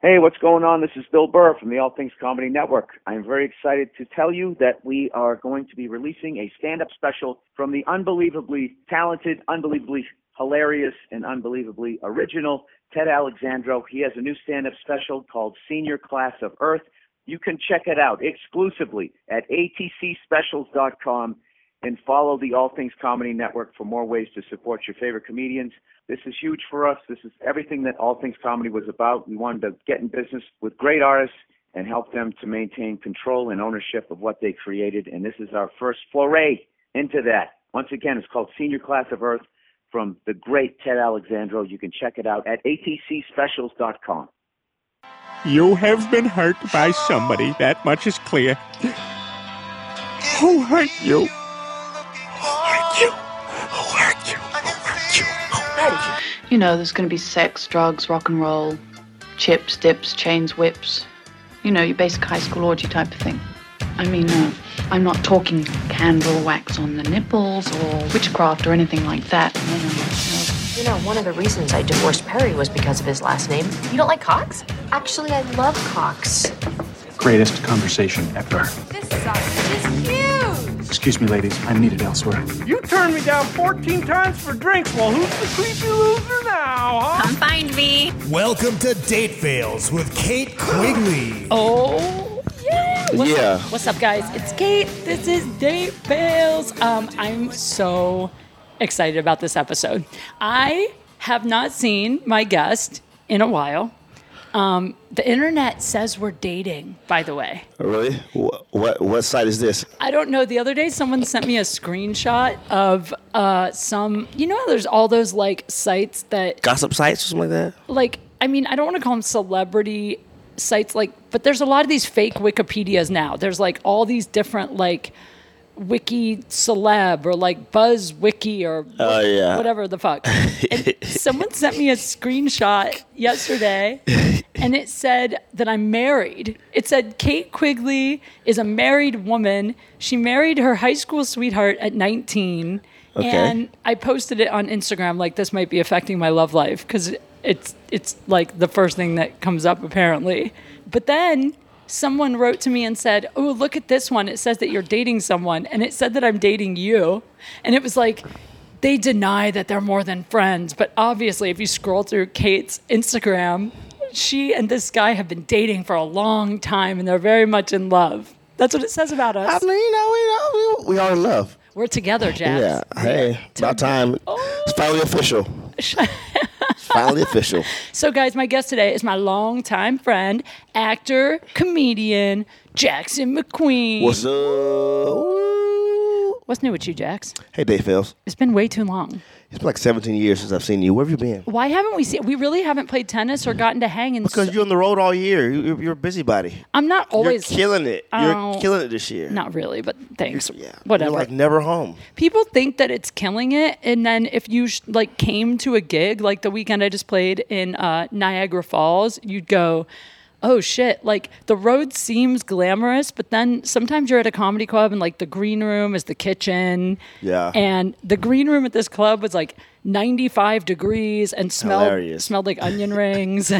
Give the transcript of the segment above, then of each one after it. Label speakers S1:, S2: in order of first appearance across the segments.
S1: Hey, what's going on? This is Bill Burr from the All Things Comedy Network. I'm very excited to tell you that we are going to be releasing a stand up special from the unbelievably talented, unbelievably hilarious, and unbelievably original Ted Alexandro. He has a new stand up special called Senior Class of Earth. You can check it out exclusively at atcspecials.com and follow the All Things Comedy Network for more ways to support your favorite comedians. This is huge for us. This is everything that All Things Comedy was about. We wanted to get in business with great artists and help them to maintain control and ownership of what they created. And this is our first foray into that. Once again, it's called Senior Class of Earth from the great Ted Alexandro. You can check it out at atcspecials.com.
S2: You have been hurt by somebody, that much is clear. Who hurt you? Who hurt you? Who hurt you? Who hurt you? Who hurt you?
S3: You know, there's going to be sex, drugs, rock and roll, chips, dips, chains, whips. You know, your basic high school orgy type of thing. I mean, uh, I'm not talking candle wax on the nipples or witchcraft or anything like that. No, no, no.
S4: You know, one of the reasons I divorced Perry was because of his last name. You don't like Cox? Actually, I love Cox.
S5: greatest conversation ever.
S6: This sausage is huge!
S5: Excuse me, ladies, I'm needed elsewhere.
S7: You turned me down 14 times for drinks. Well, who's the creepy loser now, huh?
S6: Come find me.
S8: Welcome to Date Fails with Kate Quigley.
S9: Oh. Yeah. What's
S10: Yeah.
S9: Up? What's up, guys? It's Kate. This is Date Fails. Um, I'm so excited about this episode. I have not seen my guest in a while. Um, the internet says we're dating, by the way.
S10: Oh, Really? What, what what site is this?
S9: I don't know. The other day, someone sent me a screenshot of uh, some, you know, how there's all those like sites that
S10: Gossip sites or something like that?
S9: like I mean, I don't want to call them celebrity sites like but there's a lot of these fake Wikipedias now. There's like all these different like wiki celeb or like buzz wiki or
S10: Oh, yeah.
S9: whatever the fuck. And someone sent me a screenshot yesterday and it said that I'm married. It said Kate Quigley is a married woman. She married her high school sweetheart at 19.
S10: Okay.
S9: And I posted it on Instagram like this might be affecting my love life cuz it's it's like the first thing that comes up apparently. But then someone wrote to me and said, "Oh, look at this one. It says that you're dating someone." And it said that I'm dating you. And it was like they deny that they're more than friends, but obviously, if you scroll through Kate's Instagram, she and this guy have been dating for a long time and they're very much in love. That's what it says about
S10: I
S9: us.
S10: mean, you know, we know we, we are in love.
S9: We're together, Jazz.
S10: Yeah. Hey, about time. It's finally official. it's finally official.
S9: So, guys, my guest today is my longtime friend, actor, comedian, Jackson McQueen.
S10: What's up? Ooh.
S9: What's new with you, Jax?
S10: Hey, Dave Fails.
S9: It's been way too long.
S10: It's been like 17 years since I've seen you. Where have you been?
S9: Why haven't we seen? We really haven't played tennis or gotten to hang in.
S10: Because you're on the road all year. You- You're, you're a busybody.
S9: I'm not always
S10: You're killing it.
S9: Oh.
S10: You're killing it this year.
S9: Not really, but thanks.
S10: Yeah.
S9: Whatever.
S10: You're like never home.
S9: People think that it's killing it, and then if you sh- like came to a gig like the weekend I just played in uh, Niagara Falls, you'd go, "Oh shit!" Like the road seems glamorous, but then sometimes you're at a comedy club and like the green room is the kitchen.
S10: Yeah.
S9: And the green room at this club was like 95 degrees and smelled
S10: Hilarious.
S9: smelled like onion rings.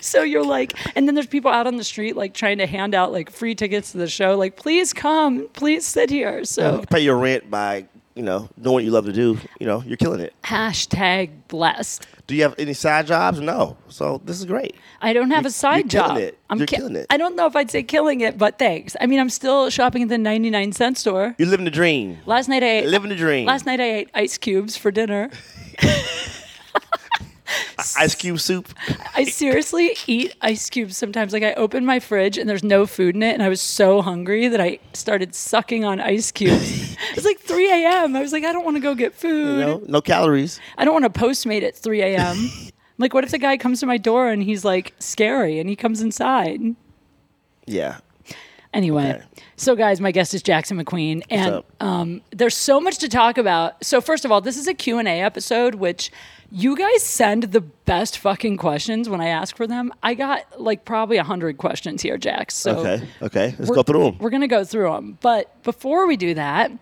S9: so you're like and then there's people out on the street like trying to hand out like free tickets to the show like please come please sit here
S10: You
S9: so
S10: can pay your rent by, you know, doing what you love to do. You know, you're killing it.
S9: hashtag blessed
S10: Do you have any side jobs? No. So this is great.
S9: i don't have
S10: You're-
S9: a side
S10: you're
S9: job
S10: killing it.
S9: i'm
S10: You're
S9: ki-
S10: killing it.
S9: i don't know if i'd say killing it but thanks i mean i'm still shopping at the 99 cent store
S10: You're living the dream.
S9: last night i ate
S10: Living the dream.
S9: last night i ate ice cubes for dinner
S10: Ice cube soup.
S9: I seriously eat ice cubes sometimes. Like I open my fridge and there's no food in it, and I was so hungry that I started sucking on ice cubes. it's like 3 a.m. I was like, I don't want to go get
S10: You
S9: food.
S10: know, no calories.
S9: I don't want to Postmate at 3 a.m. I'm like, what if the guy comes to my door and he's like scary and he comes inside?
S10: Yeah.
S9: Anyway, so guys, my guest is Jackson McQueen, and
S10: up?
S9: um, there's so much to talk about. So first of all, this is a Q and A episode, which you guys send the best fucking questions when I ask for them. I got like probably hundred questions here, Jax. So
S10: Okay. Okay. Let's
S9: we're-
S10: go through them.
S9: We're gonna go through them, but before we do that,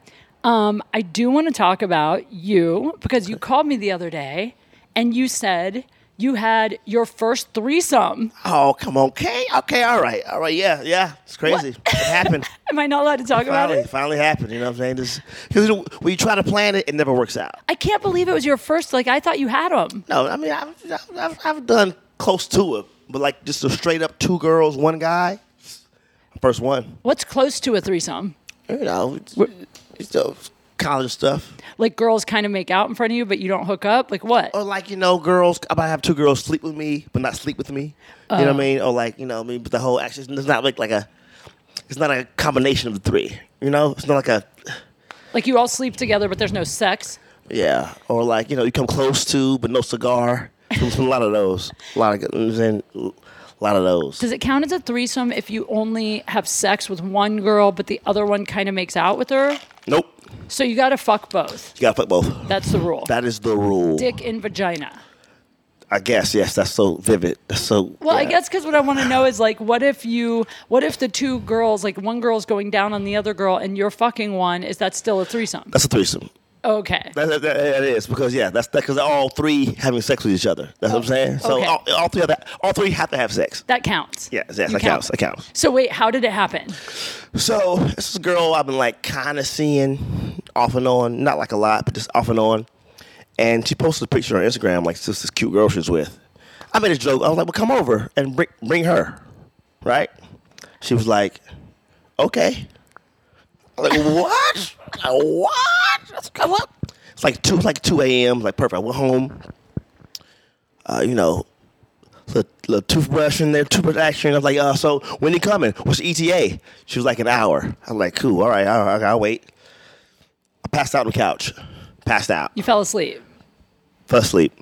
S9: um, I do want to talk about you because you called me the other day and you said. you had your first threesome.
S10: Oh, come on. Okay. Okay. All right. All right. Yeah. Yeah. It's crazy. It happened.
S9: Am I not allowed to talk about
S10: finally,
S9: it?
S10: finally happened. You know what I'm saying? Because when you try to plan it, it never works out.
S9: I can't believe it was your first. Like I thought you had them.
S10: No, I mean, I've, I've- I've, I've done close to it, but like just a straight up two girls, one guy. First one.
S9: What's close to a threesome?
S10: You know, it's, it's the college stuff.
S9: Like girls kind of make out in front of you, but you don't hook up. Like what?
S10: Or like, you know, girls, I might have two girls sleep with me, but not sleep with me. You know what I mean? Or like, you know, I mean, but the whole action, it's not like, like a, it's not a combination of the three. You know, it's not like a,
S9: Like you all sleep together, but there's no sex.
S10: yeah. Or like, you know, you come close to, but no cigar. There's a lot of those. A lot of, and a lot of those.
S9: Does it count as a threesome if you only have sex with one girl, but the other one kind of makes out with her?
S10: Nope.
S9: So you got to fuck both.
S10: You gotta fuck both.
S9: That's the rule.
S10: That is the rule.
S9: Dick in vagina.
S10: I guess yes. That's so vivid. That's so.
S9: Well, I
S10: yeah.
S9: guess because what I want to know is like, what if you, what if the two girls, like one girl's going down on the other girl and you're fucking one, is that still a threesome?
S10: that's a threesome.
S9: okay.
S10: That, that, that- that is because yeah, that's because they're all three having sex with each other. That's what I'm saying. So
S9: Oh, okay.
S10: all, all three of that, all three have to have sex.
S9: That counts.
S10: Yes, yes,
S9: You
S10: that counts. That counts.
S9: So wait, how did it happen?
S10: So this is a girl I've been like kind of seeing off and on, not like a lot, but just off and on. And she posted a picture on Instagram, like this, this cute girl she's with. I made a joke. I was like, "Well, come over and bring bring her," right? She was like, "Okay." I'm like what? what? Let's come up. It's like two, like two a.m. Like perfect. I went home. Uh, you know, little, little toothbrush in there, toothbrush action. I was like, uh, so when you coming? What's the ETA? She was like, an hour. I'm like, cool, all right, all right, I'll wait. I passed out on the couch, passed out,
S9: You fell asleep.
S10: fell asleep.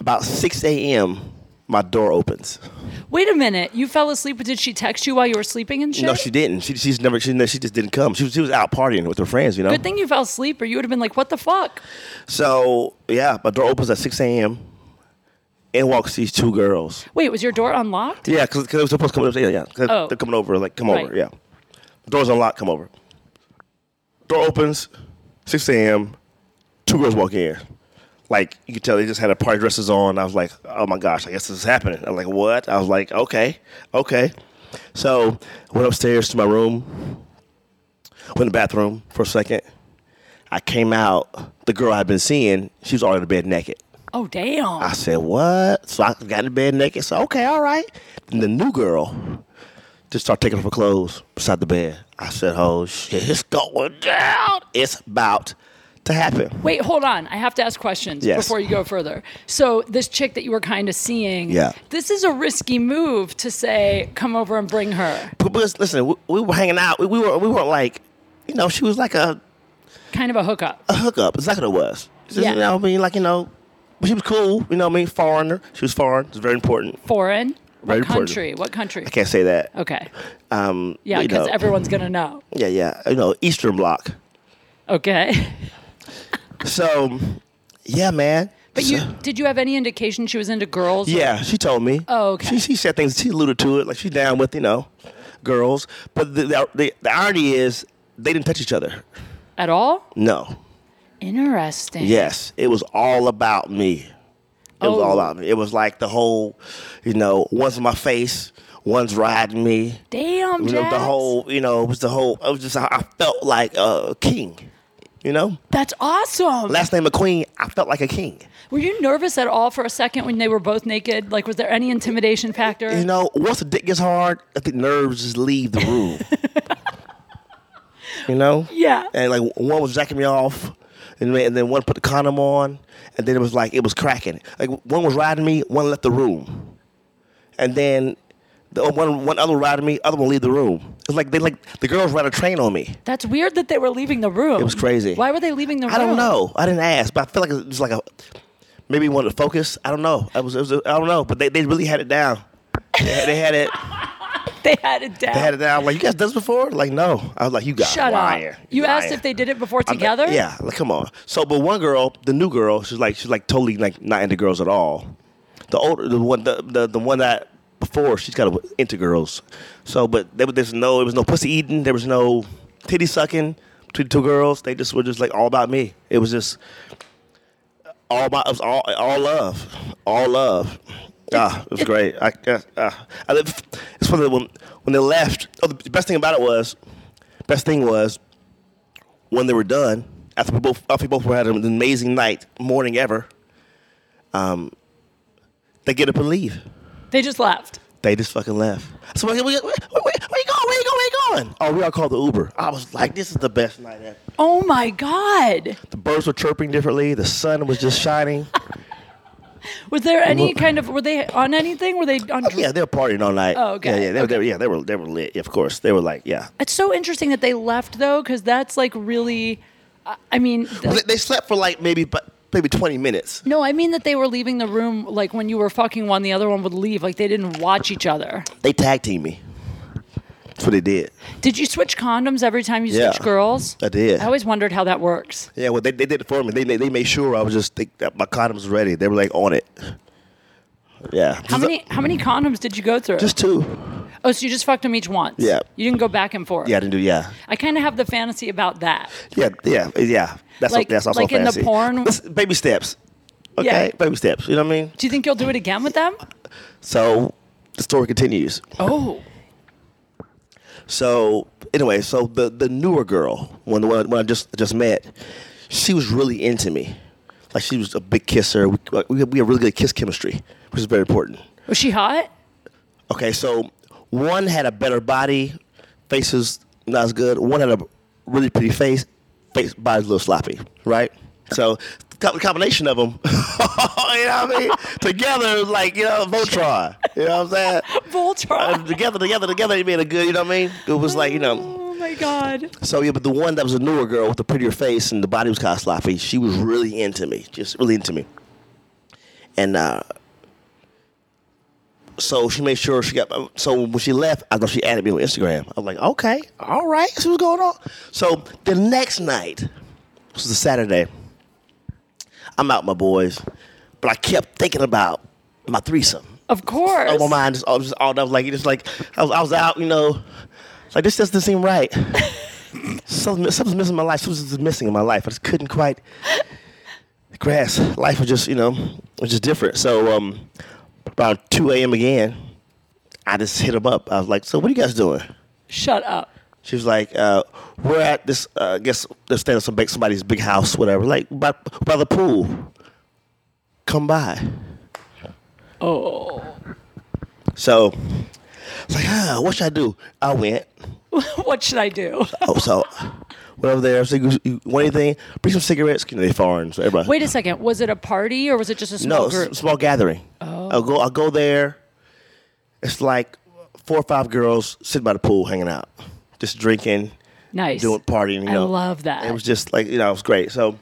S10: About 6 a.m., my door opens.
S9: Wait a minute, you fell asleep, but did she text you while you were sleeping and shit?
S10: No, she didn't. She, she's never, she, she just didn't come. She, was- she was out partying with her friends, you know?
S9: Good thing you fell asleep, or you would have been like, what the fuck?
S10: So, yeah, my door opens at 6 a.m. In walks these two girls.
S9: Wait, was your door unlocked?
S10: Yeah, because they were supposed to come over. Yeah, yeah. 'cause
S9: Oh.
S10: They're coming over. Like, come
S9: Right.
S10: over. Yeah. Doors unlocked. Come over. Door opens. 6 a.m. Two girls walk in. Like, you could tell they just had a party dresses on. I was like, oh my gosh, I guess this is happening. I'm like, what? I was like, okay, okay. So, went upstairs to my room, went to the bathroom for a second. I came out. The girl I'd been seeing, she was already in bed naked.
S9: Oh, damn.
S10: I said, what? So I got in bed naked. So, okay, all right. And the new girl just started taking off her clothes beside the bed. I said, oh, shit, it's going down. It's about to happen.
S9: Wait, hold on. I have to ask questions
S10: Yes.
S9: before you go further. So, this chick that you were kind of seeing,
S10: Yeah.
S9: this is a risky move to say, come over and bring her.
S10: But, but listen, we, we were hanging out. We, we were we were like, you know, she was like a,
S9: Kind of a hookup.
S10: a hookup. It's like what it was. It's just,
S9: Yeah.
S10: You know what I mean? Like, you know, but she was cool. You know what I mean? Foreigner. She was foreign. It's very important.
S9: Foreign?
S10: Very
S9: what
S10: important.
S9: country? What country?
S10: I can't say that.
S9: Okay.
S10: Um,
S9: Yeah,
S10: you
S9: because
S10: know.
S9: everyone's going to know.
S10: Yeah, yeah. You know, Eastern Bloc.
S9: Okay.
S10: So, yeah, man.
S9: But you
S10: So-
S9: did you have any indication she was into girls?
S10: Yeah, she told me.
S9: Oh, okay.
S10: She, she said things. She alluded to it, like she's down with you know, girls. But the the, the, the irony is they didn't touch each other.
S9: At all?
S10: No.
S9: Interesting.
S10: Yes, it was all about me. It was
S9: Oh.
S10: all about me. It was like the whole, you know, one's in my face, one's riding me.
S9: Damn,
S10: You know, the
S9: Jax.
S10: whole, you know, it was the whole. It was just I I felt like a king. You know,
S9: That's awesome.
S10: last name of Queen. I felt like a king.
S9: were you nervous at all for a second when they were both naked? Like, was there any intimidation factor?
S10: You know, once the dick gets hard, I think nerves just leave the room. you know?
S9: Yeah.
S10: And like one was jacking me off, and then, and then one put the condom on, and then it was like it was cracking. Like one was riding me, one left the room, and then the one one other riding me, other one leave the room. It's like they like the girls ran a train on me.
S9: That's weird that they were leaving the room.
S10: It was crazy.
S9: Why were they leaving the room?
S10: I don't know. I didn't ask, but I feel like it was like a maybe wanted to focus. I don't know. I was, it was I don't know, but they, they really had it down. They had- they had it.
S9: They had it down.
S10: They had it down. I'm like, you guys done this before? Like, no. I was like, you guys
S9: Shut
S10: lying.
S9: up. You asked
S10: lying."
S9: if they did it before
S10: I'm like,
S9: together?
S10: yeah. Like, come on. So, but one girl, the new girl, she's like, she's like totally like not into girls at all. The older, the one, the the, the one that before, she's got into girls. So, but there was there's no, there was no pussy eating. There was no titty sucking between the two girls. They just were just like all about me. It was just all my it was all all love, all love. Ah, it was great. I, uh, uh, I it's funny when when they left. Oh, the best thing about it was, best thing was when they were done. After we both after we both had an amazing night, morning ever. Um, they get up and leave.
S9: They just left.
S10: They just fucking left. So where, where, where, where, where you going? Where you going? Where you going? Oh, we all called the Uber. I was like, this is the best night ever.
S9: Oh my God.
S10: The birds were chirping differently. The sun was just shining.
S9: Was there any kind of, were they on anything? Were they on?
S10: Oh, yeah, they were partying all night.
S9: Oh, okay.
S10: Yeah, yeah, they, were They, were- yeah, they were they were lit. Of course, they were like, yeah.
S9: It's so interesting that they left though, because that's like really, I- I mean,
S10: Well, They, they slept for like maybe but maybe twenty minutes.
S9: no, I mean that they were leaving the room like when you were fucking one, the other one would leave. Like they didn't watch each other.
S10: They tag team me. That's what they did.
S9: Did you switch condoms every time you
S10: Yeah.
S9: switch girls?
S10: I did.
S9: I always wondered how that works.
S10: Yeah, well, they, they did it for me. They, they they made sure I was just they, that my condoms was ready. They were like on it. Yeah.
S9: How many how many condoms did you go through?
S10: Just two.
S9: oh, so you just fucked them each once.
S10: Yeah.
S9: You didn't go back and forth.
S10: Yeah, I didn't do. Yeah.
S9: I kind of have the fantasy about that.
S10: Yeah, yeah, yeah. That's
S9: Like-
S10: that's also
S9: like in the
S10: fancy.
S9: porn-
S10: Let's- baby steps. Okay,
S9: Yeah.
S10: baby steps. You know what I mean?
S9: Do you think you'll do it again with them?
S10: So the story continues.
S9: Oh.
S10: So anyway, so the the newer girl, when the one when I just just met, she was really into me. Like she was a big kisser. We we had, we had really good kiss chemistry, which is very important.
S9: Was she hot?
S10: Okay, so one had a better body, faces not as good. One had a really pretty face, face body's a little sloppy, right? So co- the combination of them, you know what I mean? together, it was like you know, Voltron. You know what I'm saying?
S9: Voltron.
S10: Uh, together, together, together, you made a good. You know what I mean? It was like you know.
S9: Oh my god.
S10: So yeah, but the one that was a newer girl with the prettier face and the body was kind of sloppy. She was really into me, just really into me. And uh, so she made sure she got. um, So when she left, I thought she added me on Instagram. I was like, okay, all right, see what's going on. So the next night, this was a Saturday. I'm out with my boys, but I kept thinking about my threesome.
S9: Of course.
S10: Oh, my mind just all, just all that was like, just like I was, I was out, you know, like this just doesn't seem right. something, something's missing in my life. Something's just missing in my life. I just couldn't quite grasp. Life was just, you know, it was just different. So um, about 2 a.m. again, I just hit him up. I was like, so what are you guys doing?
S9: Shut up.
S10: She was like, uh, we're at this, uh, I guess they're staying at some big, somebody's big house, whatever, like by, by the pool. Come by.
S9: Oh.
S10: So, I was like, huh, what should I do? I went.
S9: what should I do?
S10: Oh, so whatever there. So you, you want anything? Bring some cigarettes. You know they foreign. So everybody.
S9: Wait a second. Was it a party or was it just a small
S10: no, it's a
S9: group?
S10: small gathering. Oh. I'll go. I'll go there. It's like four or five girls sitting by the pool, hanging out, just drinking,
S9: Nice.
S10: doing partying. You
S9: I
S10: know,
S9: love that.
S10: It was just like you know, it was great. So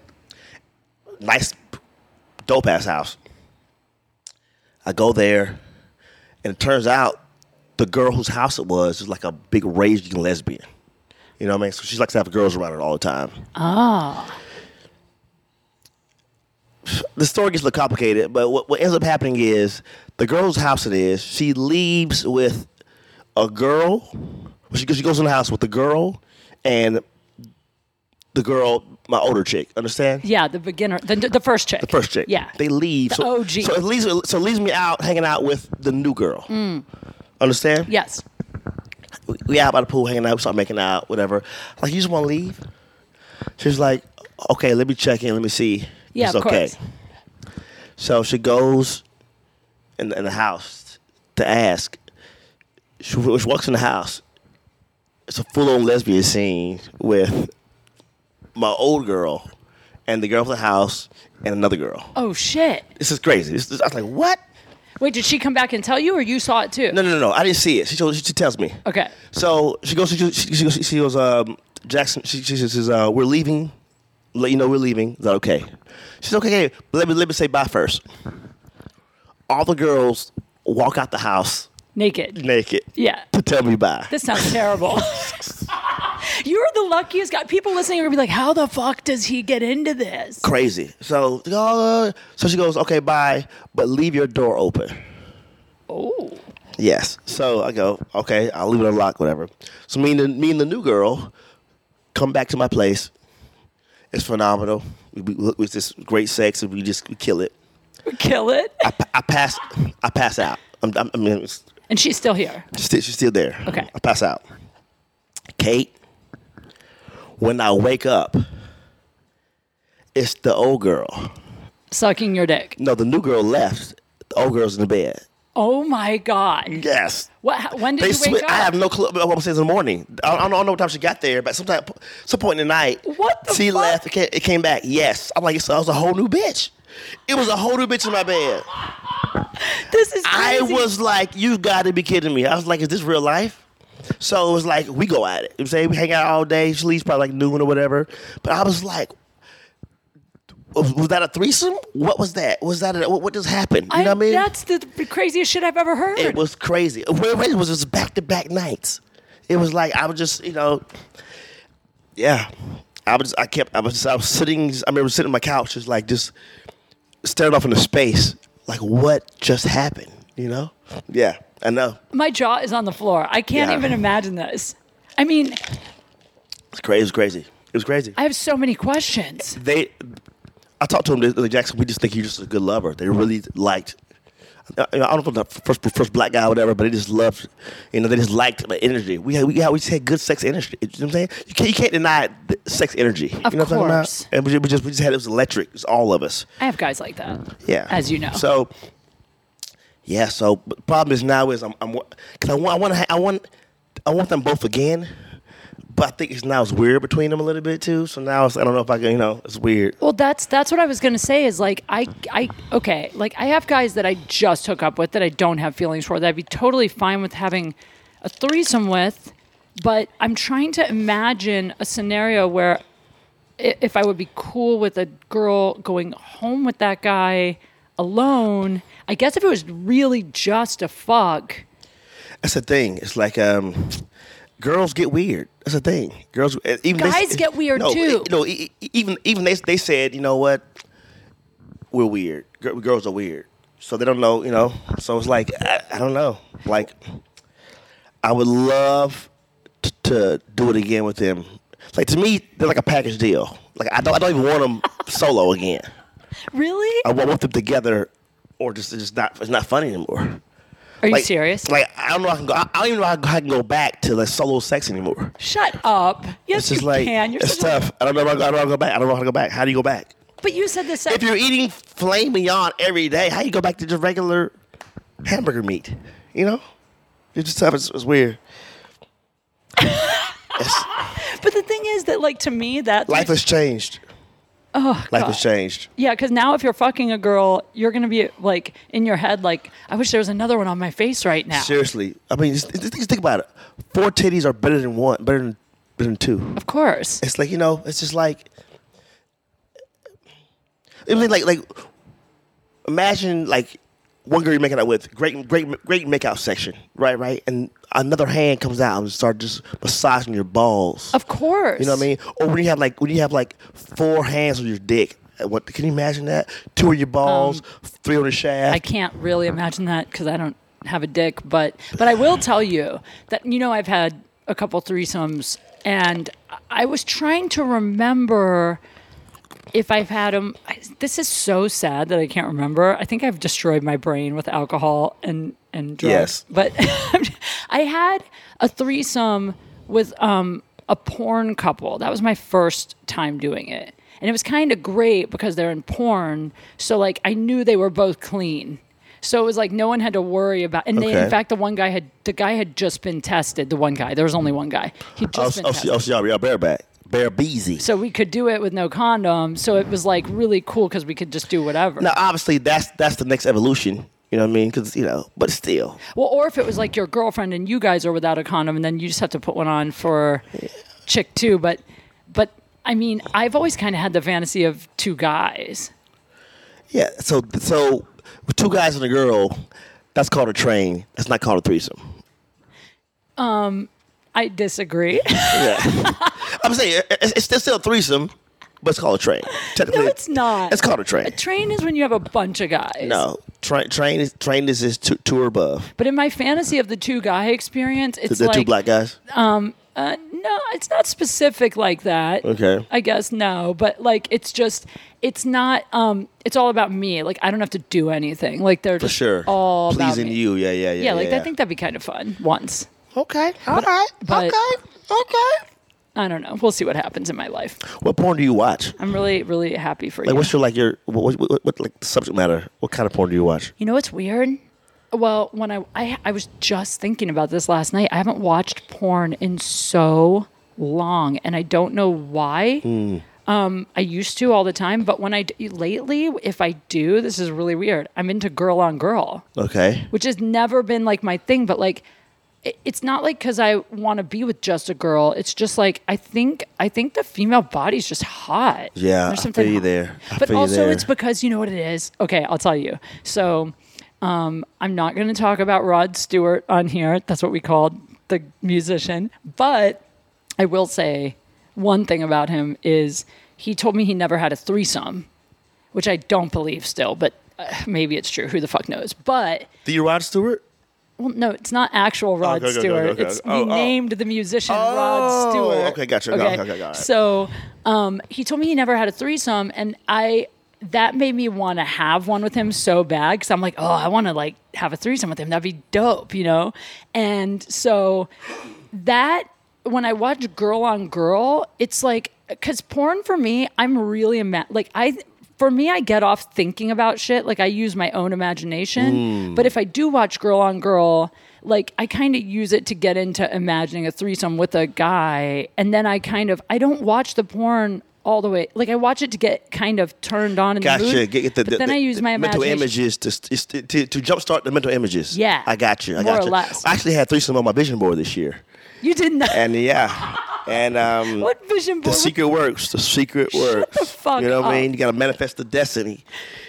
S10: nice, dope ass house. I go there, and it turns out the girl whose house it was is like a big raging lesbian. You know what I mean? So she likes to have girls around her all the time.
S9: Ah.
S10: the story gets a little complicated, but what, what ends up happening is the girl's house it is, she leaves with a girl. Well, She, she goes in the house with the girl and the girl, my older chick. Understand?
S9: yeah, the beginner, the, the first chick.
S10: The first chick.
S9: Yeah.
S10: They leave.
S9: The
S10: so,
S9: OG.
S10: So it, leaves, so it leaves me out hanging out with the new girl.
S9: Mm.
S10: Understand?
S9: yes.
S10: we- we out by the pool hanging out, we start making out, whatever. Like, you just want to leave? She's like, okay, let me check in, let me see.
S9: Yeah,
S10: it's
S9: of
S10: okay.
S9: course.
S10: So she goes in the, in the house to ask. She, w- she walks in the house. It's a full on lesbian scene with my old girl and the girl from the house and another girl.
S9: Oh shit.
S10: This is crazy. This, this, I was like, what?
S9: Wait, did she come back and tell you, or you saw it too?
S10: No, no, no, no. I didn't see it. She, told, she, she tells me.
S9: Okay.
S10: So she goes. She goes. She, she goes. She goes um, Jackson. She, she says, uh, "We're leaving. Let you know we're leaving." Is that okay? She's okay. okay, but Let me let me say bye first. All the girls walk out the house
S9: Naked.
S10: naked
S9: Yeah.
S10: to tell me bye.
S9: This sounds terrible. You're the luckiest guy. People listening are gonna be like, "How the fuck does he get into this?"
S10: Crazy. So uh, so she goes. Okay, bye. But leave your door open.
S9: Oh.
S10: Yes. So I go. Okay, I'll leave it unlocked. Whatever. So me and the, me and the new girl come back to my place, It's phenomenal. We, we, look, it's just great sex, and we just we kill it.
S9: Kill it.
S10: I, pa- I pass. I pass out. I'm, I'm, I mean, it's,
S9: And she's still here.
S10: she's still, she's still there.
S9: Okay.
S10: I pass out. Kate, when I wake up, it's the old girl.
S9: Sucking your dick.
S10: No, the new girl left. The old girl's in the bed.
S9: Oh my God.
S10: Yes.
S9: What, when did
S10: They
S9: you wake
S10: swi-
S9: up?
S10: I have no clue. What I'm saying is in the morning. I I don't, I don't know what time she got there, but sometime, some point in the night,
S9: What the
S10: she
S9: fuck?
S10: left. It came, it came back. Yes, I'm like, so I was a whole new bitch. It was a whole new bitch in my bed.
S9: this is
S10: I
S9: crazy.
S10: was like, you got to be kidding me. I was like, is this real life? So it was like we go at it. You know what I'm saying we hang out all day. She leaves probably like noon or whatever. But I was like, was, was that a threesome? What was that? Was that a, what, what just happened? You
S9: I-
S10: know what I mean?
S9: That's the craziest shit I've ever heard.
S10: It was crazy. What it was was back to back nights. It was like I was just, you know, yeah. I was. I kept. I was. I was sitting. I remember sitting on my couch, just like just staring off into space. Like what just happened? You know? Yeah, I know.
S9: My jaw is on the floor. I can't
S10: Yeah.
S9: even imagine this. I mean,
S10: It's crazy. It was crazy. It was crazy.
S9: I have so many questions.
S10: they. I talked to him. They're like, Jackson, we just think you're just a good lover. They really liked. I I don't know if I'm the first first black guy or whatever, but they just loved, you know, they just liked my energy. We had, we had, we just had good sex energy. You know what I'm saying? You can't, you can't deny the sex energy.
S9: Of
S10: you know what I'm
S9: course.
S10: talking about? And we ju- we just, we just had, it was electric. It was all of us.
S9: I have guys like that.
S10: Yeah.
S9: As you know.
S10: So, yeah. So but the problem is now is I'm, I'm cause I want, I want, to ha- I want, I want them both again, but I think it's now it's weird between them a little bit too. So now it's, I don't know if I can, you know, it's weird.
S9: Well, that's that's what I was gonna say. Is like I I okay. Like I have guys that I just hook up with that I don't have feelings for. That I'd be totally fine with having a threesome with, but I'm trying to imagine a scenario where i- if I would be cool with a girl going home with that guy alone. I guess if it was really just a fuck.
S10: That's the thing. It's like um, girls get weird. That's the thing. Girls, eh, even they-
S9: Guys get weird,
S10: no,
S9: too.
S10: No, e- e- even even they they said, you know what? We're weird. Gir- Girls are weird, so they don't know. You know, so it's like I, I don't know. Like I would love t- to do it again with them. Like to me, they're like a package deal. Like I don't I don't even want them solo again.
S9: Really?
S10: I want want them together, or just it's just not it's not funny anymore.
S9: Are you
S10: Like-
S9: serious?
S10: Like I don't know. how I can go. I, I don't even know how I can go back to like solo sex anymore.
S9: Shut up. Yes,
S10: It's just
S9: you
S10: like
S9: can. You're
S10: it's
S9: such a-
S10: tough. I don't know. How, I don't know how to go back. I don't know how to go back. How do you go back?
S9: but you said this.
S10: If you're eating flame mignon every day, how you go back to just regular hamburger meat? You know, it's just tough. It's, it's weird. It's-
S9: but the thing is that, like, to me, that
S10: life has changed. Oh, life has changed.
S9: Yeah, because now if you're fucking a girl, you're gonna be like in your head, like, I wish there was another one on my face right now.
S10: Seriously, I mean, just, just- just think about it. Four titties are better than one, better than better than two.
S9: Of course.
S10: It's like you know, it's just like it was like like imagine like one girl you're making out with, great great great makeout section, right, right, and another hand comes out and start just massaging your balls.
S9: Of course.
S10: You know what I mean? Or when you have like when you have like four hands on your dick. Uh, What can you imagine that? Two on your balls, three on the shaft.
S9: Um, I can't really imagine that because I don't have a dick, but but I will tell you that you know I've had a couple threesomes, and I was trying to remember if I've had them. This is so sad that I can't remember. I think I've destroyed my brain with alcohol and and drugs.
S10: Yes.
S9: but I had a threesome with um a porn couple. That was my first time doing it. And it was kind of great because they're in porn, so like I knew they were both clean. So it was like no one had to worry about and they, in
S10: Okay.
S9: fact the one guy had the guy had just been tested, the one guy. There was only one guy. He'd
S10: Oh,
S9: just
S10: so-
S9: been
S10: oh,
S9: tested
S10: so- oh, so y'all, y'all bareback, bare beezy.
S9: so we could do it with no condom. So it was like really cool because we could just do whatever.
S10: now, obviously, that's that's the next evolution. You know what I mean? Because you know, but still,
S9: Well, or if it was like your girlfriend and you guys are without a condom, and then you just have to put one on for chick two. But, but I mean, I've always kind of had the fantasy of two guys.
S10: Yeah. So so with two guys and a girl, that's called a train. That's not called a threesome.
S9: I disagree.
S10: Yeah. I'm saying it's, it's still- still a threesome, but it's called a train. Technically,
S9: no, it's not.
S10: It's called a train.
S9: A train is when you have a bunch of guys.
S10: no, tra- train is train is just two, two or above.
S9: But in my fantasy of the two guy experience,
S10: The,
S9: it's
S10: the
S9: like
S10: two black guys.
S9: uh, No, it's not specific like that.
S10: Okay.
S9: I guess no, but like it's just it's not um it's all about me. Like I don't have to do anything. Like they're
S10: For
S9: just
S10: sure.
S9: all about
S10: Pleasing
S9: me.
S10: you. Yeah, yeah, yeah.
S9: Yeah, like I think that'd be kind of fun once.
S10: Okay. All right.
S9: but-
S10: okay. Okay.
S9: I don't know. We'll see what happens in my life.
S10: What porn do you watch?
S9: I'm really really happy for
S10: Like,
S9: you.
S10: what's your like your what, what, what, what like subject matter? What kind of porn do you watch?
S9: You know what's weird? Well, when I, I I was just thinking about this last night. I haven't watched porn in so long, and I don't know why.
S10: Hmm.
S9: Um, I used to all the time, but when I d- lately, if I do, this is really weird. I'm into girl on girl,
S10: Okay.
S9: which has never been like my thing. But like, it, it's not like because I want to be with just a girl. It's just like I think I think the female body's just hot.
S10: Yeah,
S9: There's
S10: I
S9: something
S10: feel you there. I
S9: but
S10: feel you
S9: also,
S10: there.
S9: it's because you know what it is. Okay, I'll tell you. So, um, I'm not going to talk about Rod Stewart on here. That's what we called the musician. But I will say one thing about him is he told me he never had a threesome, which I don't believe still, but uh, maybe it's true. Who the fuck knows? But
S10: Do you watch Stewart?
S9: well, no, it's not actual Rod
S10: Oh, okay, okay,
S9: Stewart.
S10: okay.
S9: It's
S10: Oh,
S9: we
S10: oh.
S9: named the musician Rod Stewart.
S10: okay, gotcha. Okay, okay, got it.
S9: So um, he told me he never had a threesome, and I that made me want to have one with him so bad because I'm like, oh, I want to like have a threesome with him. That'd be dope, you know. And so that when I watch Girl on Girl, it's like because porn for me, I'm really ima- like I. For me, I get off thinking about shit. Like I use my own
S10: Mm.
S9: imagination. But if I do watch Girl on Girl, like I kind of use it to get into imagining a threesome with a guy, and then I kind of I don't watch the porn all the way. Like I watch it to get kind of turned on in
S10: Gotcha.
S9: the mood.
S10: Get, get the,
S9: but
S10: the-
S9: then
S10: the-
S9: I use
S10: the
S9: my
S10: mental
S9: imagination.
S10: images to, st- to to jumpstart the mental images.
S9: Yeah.
S10: I got you. I
S9: More
S10: got
S9: or
S10: you.
S9: less.
S10: I actually had threesome on my vision board this year,
S9: You did not.
S10: and yeah, and um,
S9: What vision
S10: the
S9: board?
S10: secret works. The secret works.
S9: the fuck
S10: you know what I
S9: up.
S10: mean? You got to manifest the destiny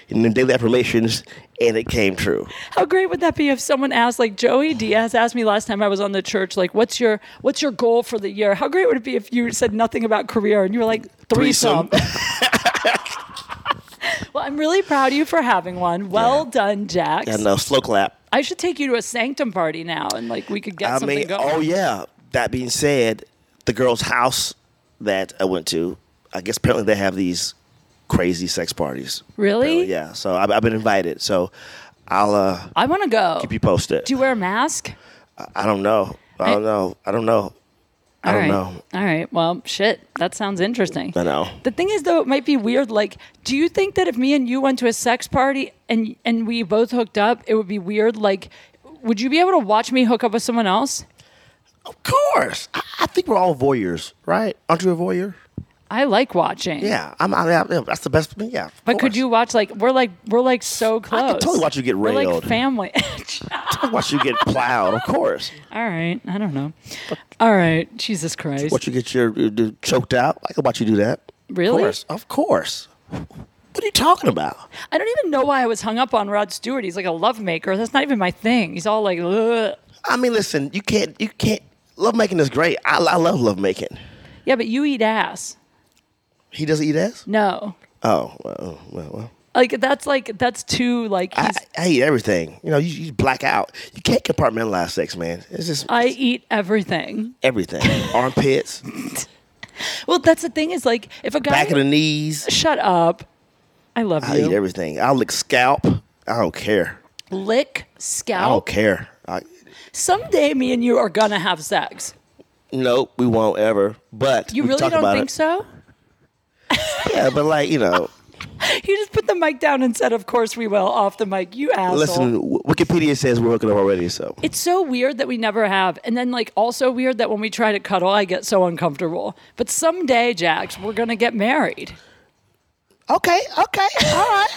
S10: in the daily affirmations, and it came true.
S9: How great would that be if someone asked, like Joey Diaz asked me last time I was on the church, like, what's your what's your goal for the year? How great would it be if you said nothing about career and you were like threesome? well, I'm really proud of you for having one. Well done, Jax.
S10: and a slow clap.
S9: I should take you to a sanctum party now, and like we could get
S10: I
S9: something
S10: mean,
S9: going.
S10: oh yeah. That being said, the girl's house that I went to, I guess apparently they have these crazy sex parties.
S9: Really?
S10: Apparently, yeah. So I've, I've been invited. So I'll uh,
S9: I want to go.
S10: keep you posted.
S9: Do you wear a mask?
S10: I don't know. I don't know. I don't know. I don't
S9: All
S10: know.
S9: right. All right. Well, shit. That sounds interesting.
S10: I know.
S9: The thing is, though, it might be weird. Like, do you think that if me and you went to a sex party and and we both hooked up, it would be weird? Like, would you be able to watch me hook up with someone else?
S10: Of course. I, I think we're all voyeurs, right? Aren't you a voyeur?
S9: I like watching.
S10: Yeah. I'm, I mean, I- yeah, that's the best for me. Yeah. of
S9: But could
S10: course.
S9: you watch like we're like we're like so close?
S10: totally watch you get
S9: We're like
S10: railed.
S9: family.
S10: Watch you get plowed, of course.
S9: All right. I don't know. All right. Jesus Christ.
S10: Watch you get your, your, your choked out. I can watch you do that.
S9: Really?
S10: Of course. Of course. What are you talking about?
S9: I don't even know why I was hung up on Rod Stewart. He's like a lovemaker. That's not even my thing. He's all like, Ugh.
S10: I mean, listen, you can't, you can't. Love making is great. I, I love love making.
S9: yeah, but you eat ass.
S10: He doesn't eat ass.
S9: No.
S10: Oh, well, well, well.
S9: Like that's like that's too like
S10: I,
S9: he's,
S10: I eat everything. You know, you, you black out. You can't compartmentalize sex, man. It's just
S9: I eat everything.
S10: everything. Armpits,
S9: Well, that's the thing is like if a guy
S10: back of the knees.
S9: shut up, I love
S10: I eat
S9: you.
S10: everything. I lick scalp. I don't care.
S9: Lick
S10: I don't
S9: scalp.
S10: care. I,
S9: Someday, me and you are gonna have sex.
S10: nope, we won't ever. But
S9: You
S10: we can
S9: really
S10: talk
S9: don't
S10: about
S9: think
S10: it.
S9: so?
S10: Yeah, but like you know,
S9: You just put the mic down and said, "Of course we will." Off the mic, you asshole.
S10: listen. W- Wikipedia says we're hooking up already, so
S9: It's so weird that we never have, and then like also weird that when we try to cuddle, I get so uncomfortable. But someday, Jax, we're gonna get married.
S10: okay, okay, all right.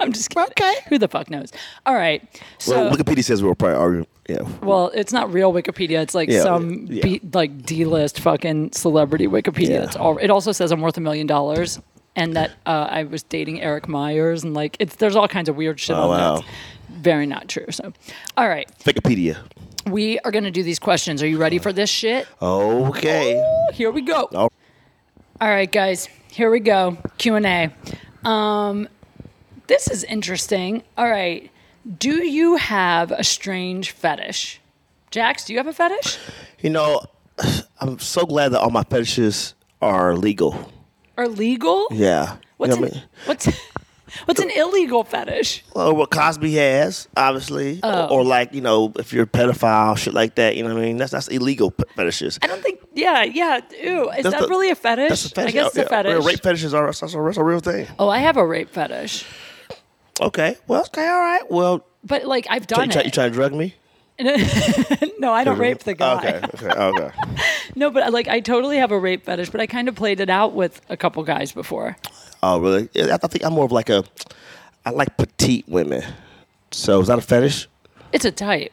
S9: I'm just kidding. okay. Who the fuck knows? All right. So
S10: well, Wikipedia says we're probably arguing. Yeah,
S9: Well, it's not real Wikipedia. It's like
S10: Yeah,
S9: some
S10: yeah.
S9: B, like D-list fucking celebrity Wikipedia.
S10: Yeah.
S9: It's all. It also says I'm worth a million dollars, and that uh, I was dating Eric Myers, and like it's there's all kinds of weird shit
S10: Oh,
S9: on
S10: wow.
S9: there. It's Very not true. So, all right,
S10: Wikipedia.
S9: we are gonna do these questions. Are you ready for this shit?
S10: Okay.
S9: Here we go.
S10: All-
S9: all right, guys. Here we go. Q and A. Um, this is interesting. All right. Do you have a strange fetish? Jax, do you have a fetish?
S10: You know, I'm so glad that all my fetishes are legal.
S9: Are legal?
S10: Yeah.
S9: What's
S10: you know what I
S9: an,
S10: mean?
S9: what's what's an illegal fetish?
S10: Well, what Cosby has, obviously,
S9: Oh.
S10: or, or like you know, if you're a pedophile, shit like that. You know what I mean? That's that's illegal p- fetishes.
S9: I don't think. Yeah, yeah. Ew, is
S10: That's
S9: that
S10: the-
S9: really a fetish?
S10: That's a fetish. Oh,
S9: I guess it's
S10: Yeah,
S9: a fetish.
S10: real Rape fetishes are that's, that's a, that's a real thing.
S9: oh, I have a rape fetish,
S10: Okay. Well. Okay. All right. Well.
S9: but like I've
S10: So
S9: done
S10: you, try, you
S9: it.
S10: try to drug me?
S9: no, I don't rape the guy.
S10: Okay. Okay. Okay.
S9: No, but like I totally have a rape fetish, but I kind of played it out with a couple guys before.
S10: oh, really? Yeah, I, I think I'm more of like a. I like petite women. So is that a fetish?
S9: It's a type.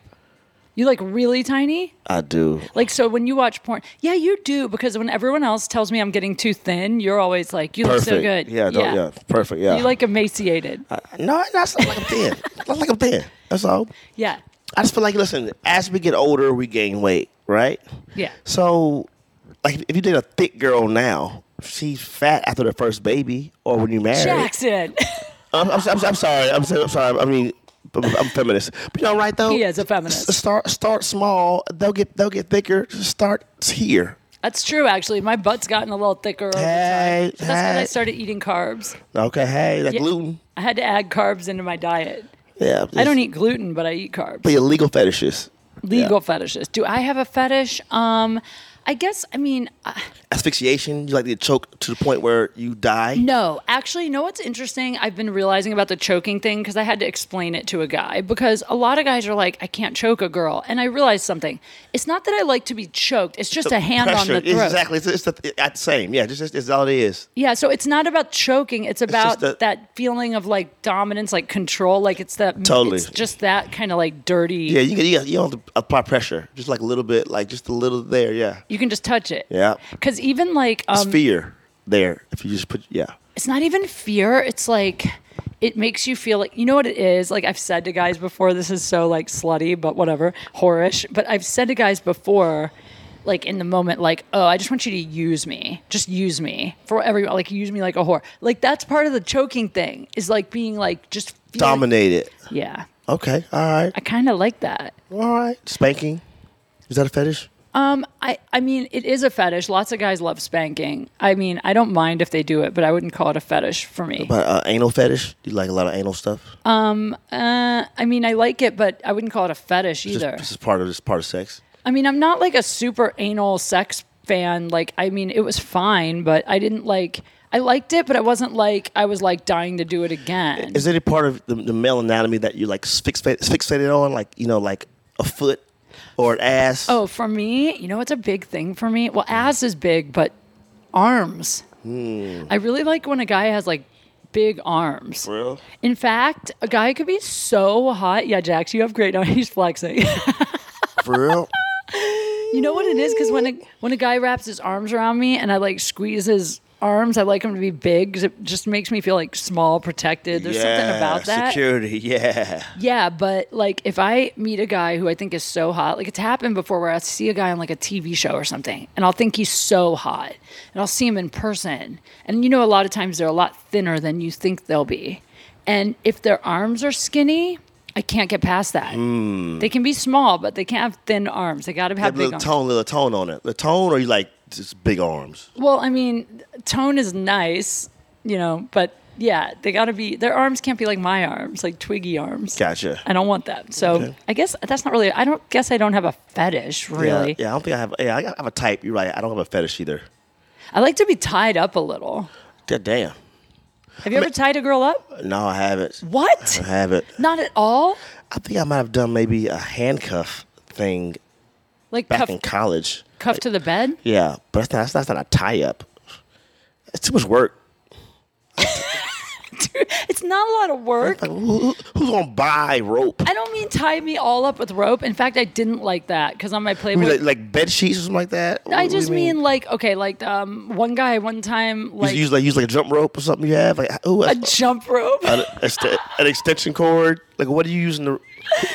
S9: You like really tiny?
S10: I do.
S9: Like so when you watch porn, yeah, you do because when everyone else tells me I'm getting too thin, you're always like, "You
S10: Perfect.
S9: look so good."
S10: Yeah, no, yeah. Perfect. Yeah.
S9: You like emaciated.
S10: No, that's not like I'm thin. Not like I'm thin. That's all.
S9: yeah.
S10: I just feel like, listen, as we get older, we gain weight, right?
S9: Yeah.
S10: So, like, if you did a thick girl now, she's fat after the first baby, or when you marry.
S9: Jackson.
S10: I'm, I'm, I'm, I'm sorry. I'm, so- I'm sorry. I mean, I'm, I'm feminist. But you know, right though.
S9: He is a feminist.
S10: S- start start small. They'll get they'll get thicker. Just start here.
S9: That's true actually. My butt's gotten a little thicker over time.
S10: Hey,
S9: That's when I
S10: hey.
S9: started eating carbs.
S10: Okay. Hey, that
S9: Yeah.
S10: gluten.
S9: I had to add carbs into my diet.
S10: Yeah.
S9: I don't eat gluten, but I eat carbs.
S10: But illegal fetishes.
S9: Legal fetishes. Do I have a fetish? Um I guess I mean uh, I-
S10: Asphyxiation. You like to get choked to the point where you die.
S9: No, actually, you know what's interesting? I've been realizing about the choking thing because I had to explain it to a guy because a lot of guys are like, I can't choke a girl. And I realized something. It's not that I like to be choked, it's just a hand
S10: Pressure.
S9: on the throat.
S10: Exactly. It's, it's the it's the same. Yeah. Just, just, it's all it is.
S9: Yeah, so it's not about choking, it's
S10: just
S9: about
S10: that-
S9: that, feeling of like dominance, like control. Like it's that,
S10: Totally.
S9: it's just that kind of like dirty.
S10: Yeah, you can, you, you don't have to apply pressure, just like a little bit, like just a little there. Yeah,
S9: You can just touch it.
S10: yeah.
S9: Because even like,
S10: It's
S9: um,
S10: fear there. If you just put, yeah,
S9: it's not even fear. It's like it makes you feel like you know what it is. Like I've said to guys before, this is so like slutty, but whatever, whorish. But I've said to guys before, like in the moment, like, oh, I just want you to use me, just use me for whatever, you want. like use me like a whore. Like that's part of the choking thing is like being like just feel-
S10: dominate it.
S9: Yeah,
S10: Okay, all right,
S9: I kind of like that.
S10: all right. Spanking, is that a fetish?
S9: Um, I I mean, it is a fetish. Lots of guys love spanking. I mean, I don't mind if they do it, but I wouldn't call it a fetish for me.
S10: But uh, anal fetish? Do you like a lot of anal stuff?
S9: Uh, I mean, I like it, but I wouldn't call it a fetish
S10: This-
S9: either.
S10: This, is part of this part of sex.
S9: I mean, I'm not like a super anal sex fan. Like, I mean, it was fine, but I didn't like. I liked it, but I wasn't like I was like dying to do it again.
S10: Is there any part of the, the male anatomy that you like fixated, fixated on, like you know, like a foot or an ass?
S9: oh, for me, you know, it's a big thing for me. Well, ass is big, but arms.
S10: Hmm.
S9: I really like when a guy has like big arms.
S10: Real?
S9: In fact, a guy could be so hot. Yeah, Jax, you have great. No, he's flexing.
S10: For real?
S9: You know what it is? Because when a, when a guy wraps his arms around me and I like squeeze his arms, I like him to be big 'cause it just makes me feel like small, protected. There's something about that.
S10: Security. Yeah.
S9: Yeah, but like if I meet a guy who I think is so hot, like it's happened before where I see a guy on like a TV show or something and I'll think he's so hot and I'll see him in person. And you know, a lot of times they're a lot thinner than you think they'll be. And if their arms are skinny, I can't get past that. They can be small, but they can't have thin arms. They got to have
S10: Have a
S9: big
S10: little
S9: arms.
S10: tone, little tone on it. The tone, or you like just big arms?
S9: Well, I mean, tone is nice, you know, but yeah, they got to be their arms can't be like my arms, like twiggy arms.
S10: Gotcha.
S9: I don't want that. So I guess that's not really. I don't guess I don't have a fetish really.
S10: Yeah, yeah, I don't think I have. Yeah, I have a type. You're right. I don't have a fetish either.
S9: I like to be tied up a little.
S10: Da- Damn.
S9: Have you ever tied a girl up?
S10: No, I haven't. I
S9: What?
S10: haven't.
S9: Not at all.
S10: I think I might have done maybe a handcuff thing
S9: Like
S10: back
S9: cuff,
S10: in college.
S9: cuff to the bed.
S10: Yeah, but that's not, that's, not, a tie up. It's too much work.
S9: It's not a lot of work.
S10: Like, who, who- who's gonna buy rope?
S9: I don't mean tie me all up with rope. In fact, I didn't like that because on my
S10: I mean,
S9: Playboy,
S10: like, like bed sheets or something like that. What-
S9: I
S10: what do you
S9: just mean? like okay, like um, one guy one time
S10: You
S9: like
S10: use like use like a jump rope or something you have like Oh, who
S9: a
S10: has,
S9: jump rope.
S10: an, ext- an extension cord like what are you using to,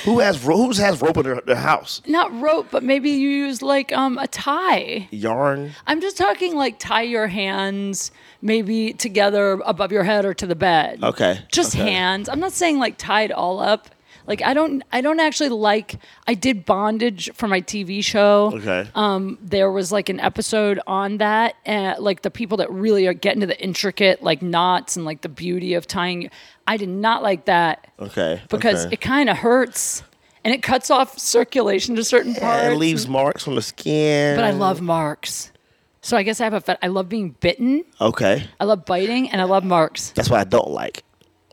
S10: who has ro- who's has rope in their, their house
S9: not rope, but maybe you use like um, a tie.
S10: yarn
S9: I'm just talking like tie your hands maybe together above your head or to the bed.
S10: Okay,
S9: Just
S10: okay.
S9: hands. I'm not saying like tied all up. Like I don't I don't actually like I did bondage for my TV show.
S10: Okay.
S9: Um there was like an episode on that and like the people that really are getting to the intricate like knots and like the beauty of tying I did not like that
S10: Okay.
S9: because
S10: okay.
S9: it kind of hurts and it cuts off circulation to certain
S10: Yeah,
S9: parts.
S10: it leaves marks on the skin.
S9: but I love marks. So I guess I have a fe- I love being bitten.
S10: Okay,
S9: I love biting and I love marks.
S10: that's what I don't like.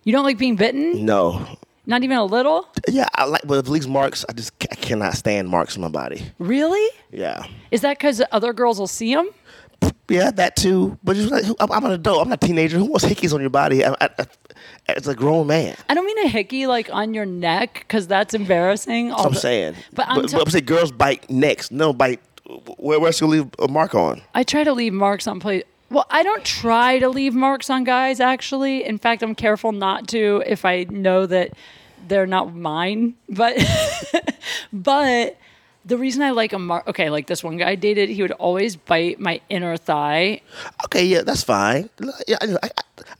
S9: You don't like being bitten?
S10: No.
S9: Not even a little?
S10: Yeah, I like, but if it leaves marks, I just ca- I cannot stand marks on my body.
S9: Really?
S10: Yeah.
S9: Is that because other girls will see them?
S10: Yeah, that too. But just like, who- I'm, I'm an adult. I'm not a teenager. Who wants hickeys on your body? I, I, I, as a grown man,
S9: I don't mean a hickey like on your neck because that's embarrassing. All
S10: that's what I'm
S9: the-
S10: saying.
S9: Oh, But I'm
S10: but,
S9: tell-
S10: I'm saying girls bite necks. No, bite. Where, where's gonna leave a mark on?
S9: I try to leave marks on play. Well, I don't try to leave marks on guys. Actually, in fact, I'm careful not to if I know that they're not mine. But but the reason I like a mark. Okay, like this one guy I dated, he would always bite my inner thigh.
S10: Okay, yeah, that's fine. Yeah, I, I,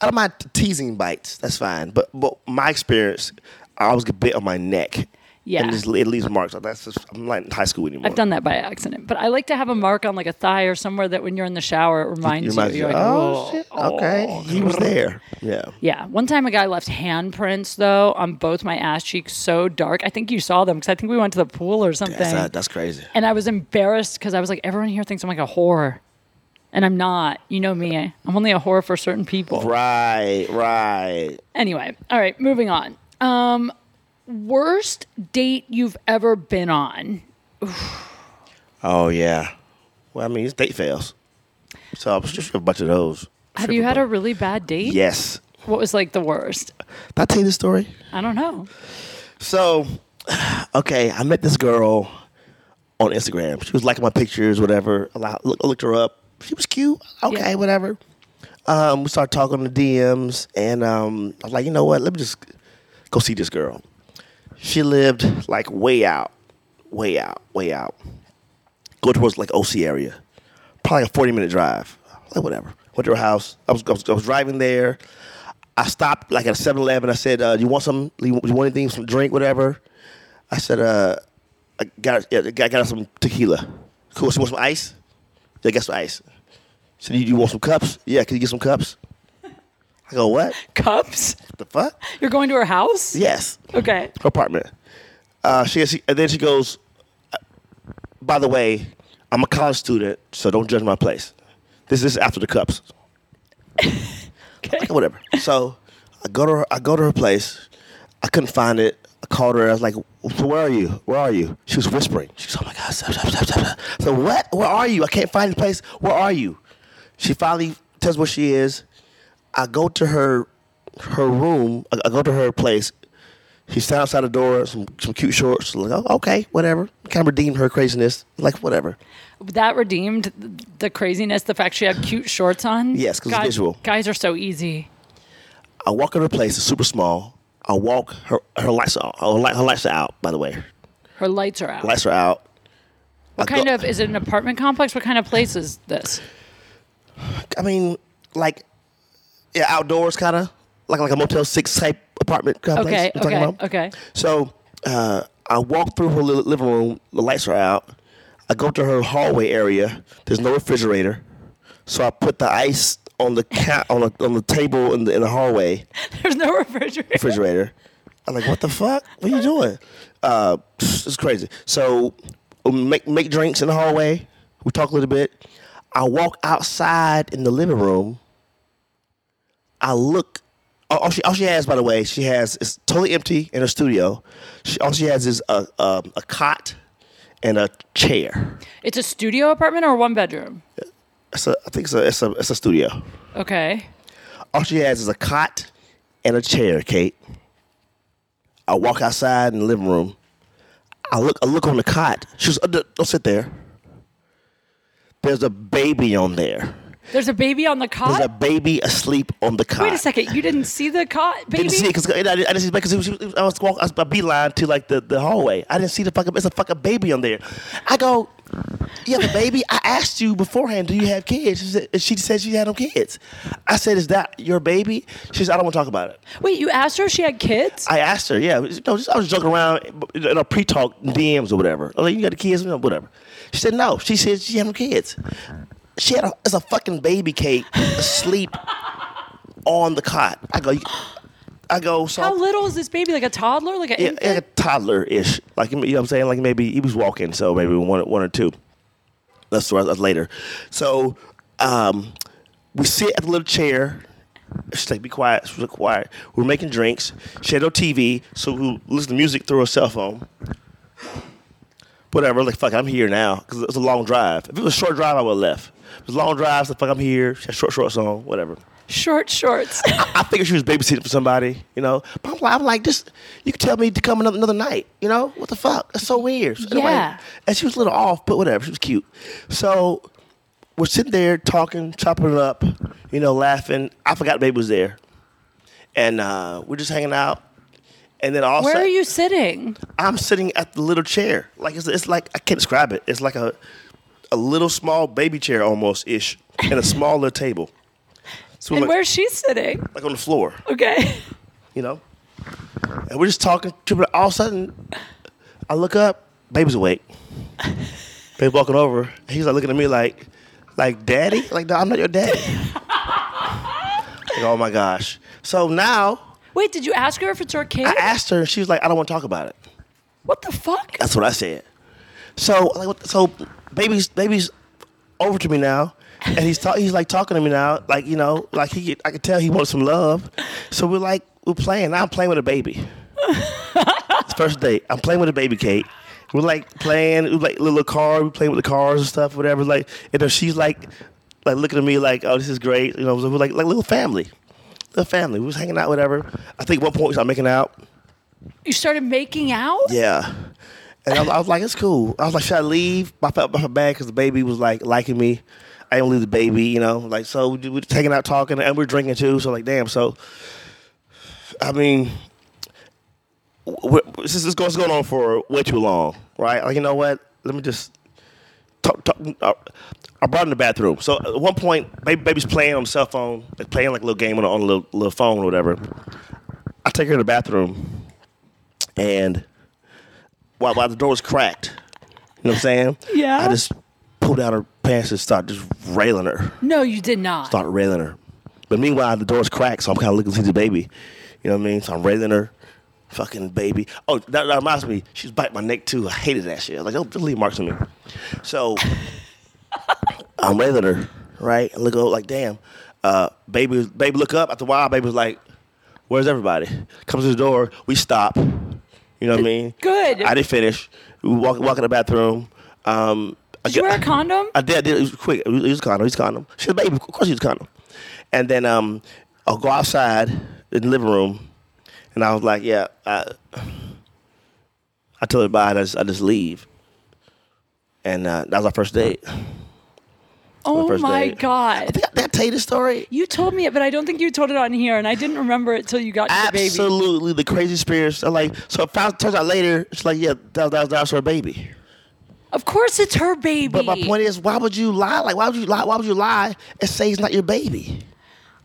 S10: I don't mind teasing bites. That's fine. But but my experience, I always get bit on my neck.
S9: Yeah.
S10: and just, it leaves marks. That's just, I'm not in high school anymore.
S9: I've done that by accident, but I like to have a mark on like a thigh or somewhere that when you're in the shower, it reminds you.
S10: reminds
S9: You're like,
S10: oh, shit. Okay, he was there. Yeah.
S9: Yeah. One time a guy left handprints though on both my ass cheeks so dark. I think you saw them because I think we went to the pool or something.
S10: That's, not, that's crazy.
S9: and I was embarrassed because I was like, everyone here thinks I'm like a whore. And I'm not. You know me. I'm only a whore for certain people.
S10: Right, right.
S9: Anyway, all right, moving on. Um, worst date you've ever been on?
S10: Oh yeah. Well, I mean, it's date fails. So I'm sure a bunch of those.
S9: Have you had a really bad date?
S10: Yes.
S9: What was like the worst?
S10: Did I tell you this story?
S9: I don't know.
S10: So, okay, I met this girl on Instagram. She was liking my pictures, whatever. I li- look- I looked her up. She was cute. Okay,
S9: Yeah.
S10: whatever. Um, we started talking on the DMs, and um, I was like, you know what? Let me just go see this girl. She lived like way out, way out, way out. Go towards like OC area, probably a forty-minute drive. Like whatever. Went to her house. I was, I was, I was driving there. I stopped like at a 7-Eleven. I said, uh, "You want some? You want you want anything? Some drink, whatever." I said, uh, "I got, yeah, I got, got some tequila. Cool. So you want some ice? Yeah, I got some ice. So you, you want some cups? Yeah, can you get some cups?" I go, "What?
S9: Cups?
S10: What the fuck?
S9: You're going to her house?
S10: Yes,
S9: Okay.
S10: her apartment." Uh, she, she and then she goes, uh, "By the way, I'm a college student, so don't judge my place. This is after the cups."
S9: Okay.
S10: Okay, whatever. So I go to her, I go to her place. I couldn't find it. I called her. I was like, "So where are you? Where are you?" She was whispering. She's, "Oh my god!" Stop, stop, stop, stop, stop." So what? Where are you? I can't find the place. Where are you? She finally tells where she is. I go to her her room. I, I go to her place. She sat outside the door. Some some cute shorts. Like, oh, okay, whatever. Kind of redeemed her craziness. Like whatever.
S9: That redeemed th- the craziness, the fact she had cute shorts on.
S10: Yes, 'cause it's
S9: Guys-
S10: visual.
S9: Guys are so easy.
S10: I walk in her place. It's super small. I walk her her lights are her light- her lights are out. By the way,
S9: Her lights are out.
S10: lights are out.
S9: what
S10: I
S9: kind
S10: go-
S9: of is it an apartment complex? What kind of place is this?
S10: I mean, like, yeah, outdoors kind of like like a Motel Six type apartment complex.
S9: Okay,
S10: you know what I'm talking about?
S9: okay, okay.
S10: So uh, I walk through her li- living room. The lights are out. I go to her hallway area. There's no refrigerator, so I put the ice on the ca- on the on the table in the, in the hallway
S9: There's no refrigerator.
S10: refrigerator. I'm like, what the fuck? What are you doing? Uh, it's crazy. So we make make drinks in the hallway. We talk a little bit. I walk outside in the living room. I look. All all she all she has, by the way, she has it's totally empty in her studio. She, all she has is a a, a cot and a chair.
S9: It's a studio apartment or one bedroom?
S10: It's a, I think it's a, it's a it's a studio.
S9: Okay.
S10: All she has is a cot and a chair, Kate. I walk outside in the living room. I look I look on the cot. She was, "Uh, don't sit there. There's a baby on there.
S9: There's a baby on the
S10: There's a
S9: cot.
S10: baby asleep on the cot.
S9: Wait a second. You didn't see the cot baby?
S10: Didn't see it because I didn't I didn't see it because it was- I was walking, I was beeline to like the, the hallway. I didn't see the fucking. It's a fucking baby on there. I go, you have a baby? I asked you beforehand, do you have kids? She said, she said she had no kids. I said, is that your baby? She says, I don't want to talk about it.
S9: Wait, you asked her if she had kids?
S10: I asked her, yeah. No, just, I was joking around in our pre-talk DMs or whatever. Oh, you got the kids? No, whatever. She said, no. She said she had no kids. She had a, it's a fucking baby cake asleep on the cot. I go, you- I go, so
S9: How little is this baby? Like a toddler? Like an
S10: yeah,
S9: infant?
S10: like a toddler ish. Like you know what I'm saying? Like maybe he was walking, so maybe one one or two. That's right, that's later. So um, we sit at the little chair. She's like, be quiet. She's like, quiet. We're making drinks. She had no TV, so we listen to music through her cell phone. Whatever. I was like, fuck, I'm here now. Because it was a long drive. If it was a short drive, I would have left. It was a long drive, so fuck, I'm here. She had short shorts on, whatever.
S9: Short shorts.
S10: I figured she was babysitting for somebody, you know. But I'm like, I'm like, this. You could tell me to come another, another night, you know. What the fuck? That's so weird. So
S9: Yeah.
S10: And she was a little off, but whatever. She was cute. So we're sitting there talking, chopping it up, you know, laughing. I forgot baby was there, and uh, we're just hanging out. And then also,
S9: Where are you sitting?
S10: I'm sitting at the little chair. Like it's, it's like I can't describe it. It's like a a little small baby chair almost ish, and a small little table. So we're
S9: And
S10: like,
S9: where's she sitting?
S10: like on the floor
S9: Okay.
S10: you know. And we're just talking. tripping. All of a sudden, I look up. Baby's awake. Baby walking over. He's like looking at me like, like daddy. Like no, I'm not your daddy. like, oh my gosh. So now
S9: Wait, did you ask her if it's her kid?
S10: I asked her, and she was like, I don't want to talk about it.
S9: what the fuck?
S10: That's what I said. So like, what- so baby's baby's over to me now, and he's talk, he's like talking to me now, like you know, like he I could tell he wants some love. So we're like we're playing. Now I'm playing with a baby. it's first date. I'm playing with a baby, Kate. We're like playing, we're like little car. We're playing with the cars and stuff, whatever. Like and then she's like like looking at me like, oh, this is great. You know, we're like like little family. Little family. We was hanging out, whatever. I think at one point we started making out.
S9: You started making out?
S10: Yeah. And I, was- I was like, it's cool. I was like, should I leave? I felt I felt bad because the baby was like liking me. I didn't leave the baby, you know. Like, so we, we taking out talking and we're drinking too. So like, damn. So, I mean, we this is this goes going on for way too long, right? Like, you know what? Let me just talk. talk uh, I brought her in the bathroom. So at one point, baby, baby's playing on the cell phone, like playing like a little game on a, on a little, little phone or whatever. I take her to the bathroom, and while, while the door was cracked, you know what I'm saying?
S9: Yeah.
S10: I just pulled out her pants and started just railing her
S9: No, you did not.
S10: start railing her. But meanwhile, the door's cracked, so I'm kind of looking to see the baby. You know what I mean? So I'm railing her. Fucking baby. Oh, that, that reminds me. She's bite my neck too. I hated that shit. I was like, oh, just leave marks on me. So I'm railing her, right? I look over like, damn. Uh, baby, baby, look up. After a while, baby was like, where's everybody? Comes to the door. We stop. You know what I mean?
S9: Good.
S10: I didn't finish. We walk, walk in the bathroom. Um,
S9: Did you wear a condom?
S10: I did. I did. It was quick. It was, it was a condom. It was a condom. She's a baby. Of course, she's a condom. And then um, I'll go outside in the living room, and I was like, "Yeah." I, I tell her bye. And I just, I just leave. And uh, that was our first date.
S9: oh
S10: first
S9: my
S10: date. I
S9: god.
S10: think I, did I tell you this story.
S9: You told me it, but I don't think you told it on here, and I didn't remember it till you got to the baby.
S10: Absolutely, the crazy spirits. I'm like, so if I turns out later, it's like, yeah, that, that, that was her baby.
S9: Of course, it's her baby.
S10: But my point is, why would you lie? Like, why would you lie? Why would you lie and say it's not your baby?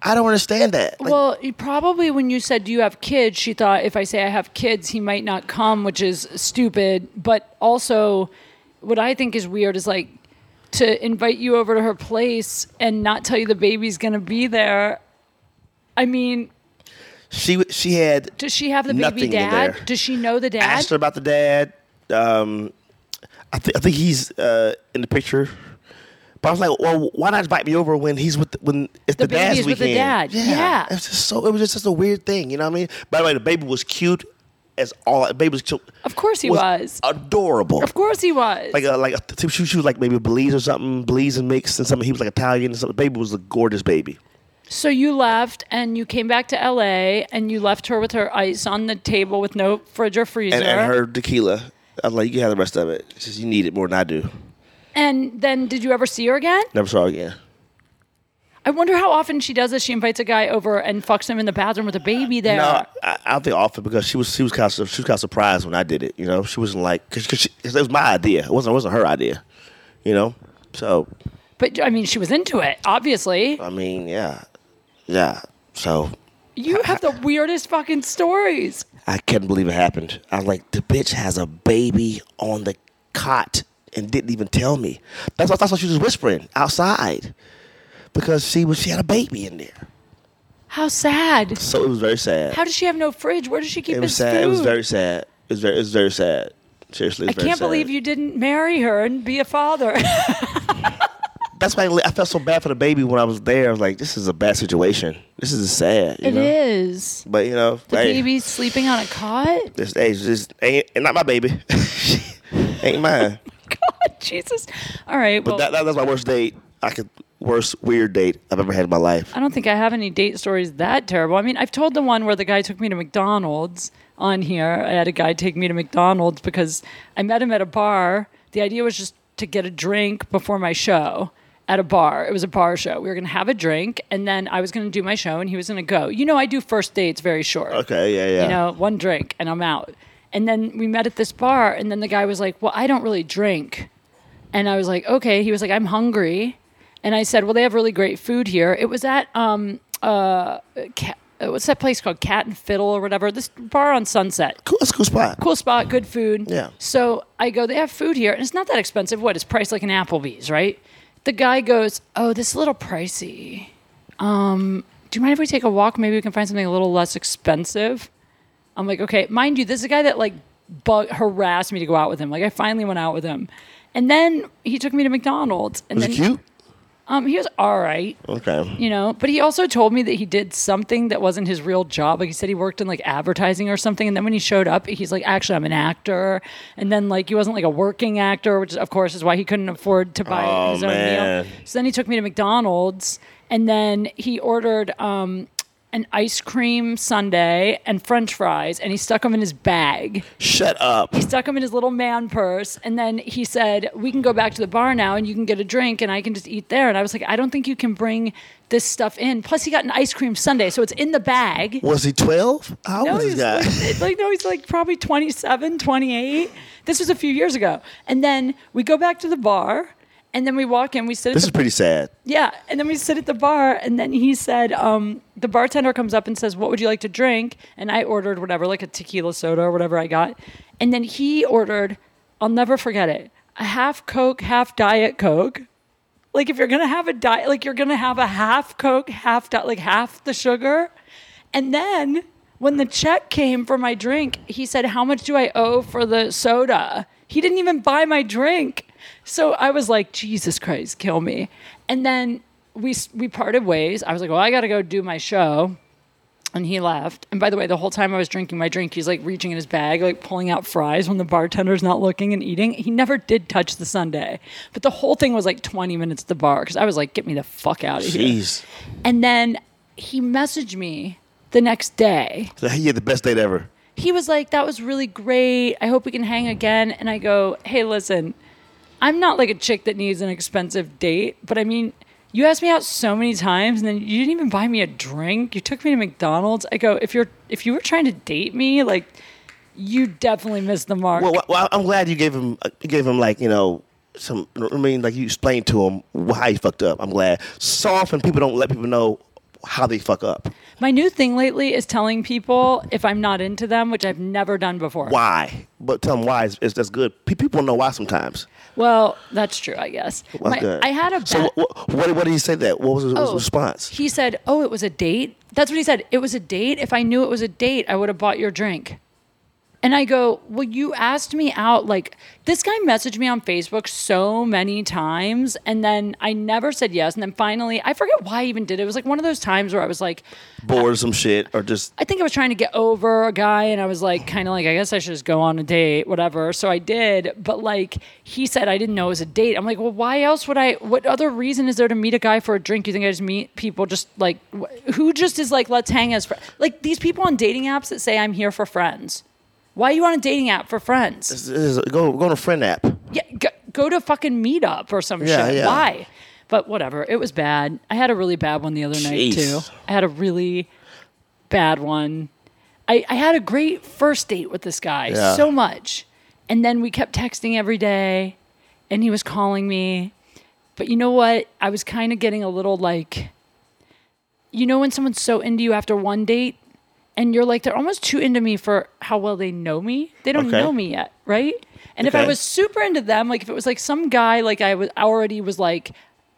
S10: I don't understand that. Like,
S9: well, you- probably when you said "Do you have kids, she thought if I say I have kids, he might not come, which is stupid. But also, what I think is weird is like to invite you over to her place and not tell you the baby's going to be there. I mean,
S10: she she had
S9: does she have the baby
S10: Nothing in
S9: dad?
S10: there.
S9: Does she know the dad?
S10: asked her about the dad. Um, I think I think he's uh, in the picture. But I was like, well, why not invite me over when he's with when it's the,
S9: The baby
S10: dad's
S9: is with
S10: weekend?
S9: the dad. Yeah.
S10: it was just so it was just such a weird thing, you know what I mean? By the way, the baby was cute as all. The baby was cute.
S9: Of course he was.
S10: adorable.
S9: Of course he was.
S10: Like a, like a, she, she was like maybe Belize or something, Belize and mixed and something. He was like Italian and something. The baby was a gorgeous baby.
S9: So you left and you came back to LA and you left her with her ice on the table with no fridge or freezer.
S10: And, and her tequila. I was like, you can have the rest of it. She says, you need it more than I do.
S9: And then did you ever see her again?
S10: Never saw her again.
S9: I wonder how often she does this. She invites a guy over and fucks him in the bathroom with a baby there.
S10: No, I, I don't think often because she was she was kind of she was kind of surprised when I did it. You know, she wasn't like because it was my idea. It wasn't it wasn't her idea. You You know, so
S9: But I mean, she was into it, obviously.
S10: I mean, yeah, yeah. So
S9: You have the weirdest fucking stories.
S10: I couldn't believe it happened. I was like, the bitch has a baby on the cot and didn't even tell me. That's what, that's what she was whispering outside because she was she had a baby in there.
S9: How sad.
S10: So it was very sad.
S9: How does she have no fridge? Where does she keep
S10: it was
S9: his
S10: sad.
S9: food?
S10: It was very sad. It was very it was very sad. Seriously, it
S9: I
S10: was very
S9: can't
S10: sad.
S9: believe you didn't marry her and be a father.
S10: That's why I I felt so bad for the baby when I was there. I was like, this is a bad situation. This is sad. You
S9: It
S10: know?
S9: is.
S10: But you know,
S9: The
S10: hey,
S9: baby's sleeping on a cot.
S10: This hey, it's just ain't and not my baby. ain't mine.
S9: God, Jesus. All right.
S10: But
S9: well,
S10: that, that that's my worst date. I could worst weird date I've ever had in my life.
S9: I don't think I have any date stories that terrible. I mean, I've told the one where the guy took me to McDonald's on here. I had a guy take me to McDonald's because I met him at a bar. The idea was just to get a drink before my show at a bar. It was a bar show. We were going to have a drink and then I was going to do my show and he was going to go. You know, I do first dates very short.
S10: Okay, yeah, yeah.
S9: You know, one drink and I'm out. And then we met at this bar and then the guy was like, "Well, I don't really drink." And I was like, okay. He was like, I'm hungry. And I said, well, they have really great food here. It was at, um, uh, Cat, uh, what's that place called? Cat and Fiddle or whatever. This bar on Sunset.
S10: cool, that's a cool spot.
S9: Cool spot, good food.
S10: Yeah.
S9: So I go, they have food here. And it's not that expensive. What? It's priced like an Applebee's, right? The guy goes, oh, this is a little pricey. Um, do you mind if we take a walk? Maybe we can find something a little less expensive. I'm like, okay, mind you, this is a guy that like bug- harassed me to go out with him. Like I finally went out with him, and then he took me to McDonald's, and
S10: Was
S9: then
S10: it cute?
S9: um he was all right,
S10: Okay.
S9: you know, but he also told me that he did something that wasn't his real job. Like he said he worked in like advertising or something, and then when he showed up, he's like, actually, I'm an actor, and then like he wasn't like a working actor, which of course is why he couldn't afford to buy
S10: Oh,
S9: his own
S10: man.
S9: meal. So then he took me to McDonald's, and then he ordered um. An ice cream sundae and French fries, and he stuck them in his bag
S10: Shut up.
S9: he stuck him in his little man purse and then he said we can go back to the bar now and you can get a drink and i can just eat there and i was like i don't think you can bring this stuff in plus he got an ice cream sundae so it's in the bag
S10: Was he twelve? How old was
S9: he's
S10: this guy?
S9: like, like, no, he's like probably 27, 28. This was a few years ago. And then we go back to the bar and then we walk in, we sit at
S10: this
S9: the
S10: is pretty sad.
S9: yeah, and then we sit at the bar, and then he said, um, the bartender comes up and says, "What would you like to drink?" And I ordered whatever, like a tequila soda or whatever I got, and then he ordered, I'll never forget it, a half Coke, half Diet Coke. Like if you're gonna have a diet, like you're gonna have a half Coke, half di- like half the sugar, and then when the check came for my drink, he said, How much do I owe for the soda? He didn't even buy my drink. So I was like, Jesus Christ, kill me. And then we, we parted ways. I was like, Well, I got to go do my show. And he left. And by the way, the whole time I was drinking my drink, he's like reaching in his bag, like pulling out fries when the bartender's not looking and eating. He never did touch the sundae. But the whole thing was like 20 minutes at the bar because I was like, get me the fuck out of here.
S10: Jeez.
S9: And then he messaged me the next day
S10: So he had the best date ever.
S9: he was like, "That was really great. I hope we can hang again." And I go, "Hey, listen, I'm not like a chick that needs an expensive date, but I mean, you asked me out so many times, and then you didn't even buy me a drink. You took me to McDonald's." I go, "If you're if you were trying to date me, like, you definitely missed the mark."
S10: Well, well, well, I'm glad you gave him uh, you gave him like you know some. I mean, like you explained to him why he fucked up. I'm glad. So often people don't let people know how they fuck up.
S9: My new thing lately is telling people if I'm not into them, which I've never done before.
S10: Why? But tell them why is, is that's good. Pe- People know why sometimes.
S9: Well, that's true, I guess.
S10: That's
S9: My-
S10: good.
S9: I had a
S10: So
S9: bet-
S10: what, what? What did he say that? What was his, what was his
S9: Oh,
S10: response?
S9: He said, "Oh, it was a date." That's what he said. It was a date. If I knew it was a date, I would have bought your drink. And I go, "Well, you asked me out like this guy messaged me on Facebook so many times and then I never said yes and then finally, I forget why I even did it. It was like one of those times where I was like,
S10: Bored or some shit or just
S9: I think I was trying to get over a guy, and I was like, kind of like, I guess I should just go on a date, whatever. So I did, but like he said, I didn't know it was a date. I'm like, well, why else would I? What other reason is there to meet a guy for a drink? You think I just meet people just like wh- who just is like, let's hang as fr-? like these people on dating apps that say I'm here for friends. Why are you on a dating app for friends?
S10: this is- go go on a friend app.
S9: Yeah, go, go to fucking meetup or some
S10: Yeah,
S9: shit.
S10: yeah.
S9: Why? But whatever, it was bad. I had a really bad one the other night
S10: Jeez.
S9: too. I had a really bad one. I, I had a great first date with this guy
S10: Yeah.
S9: so much. And then we kept texting every day. and he was calling me. But you know what? I was kind of getting a little like, you know, when someone's so into you after one date and you're like, they're almost too into me for how well they know me. They don't
S10: Okay.
S9: know me yet, right? And if I
S10: Okay.
S9: was super into them, like if it was like some guy, like I was already was like,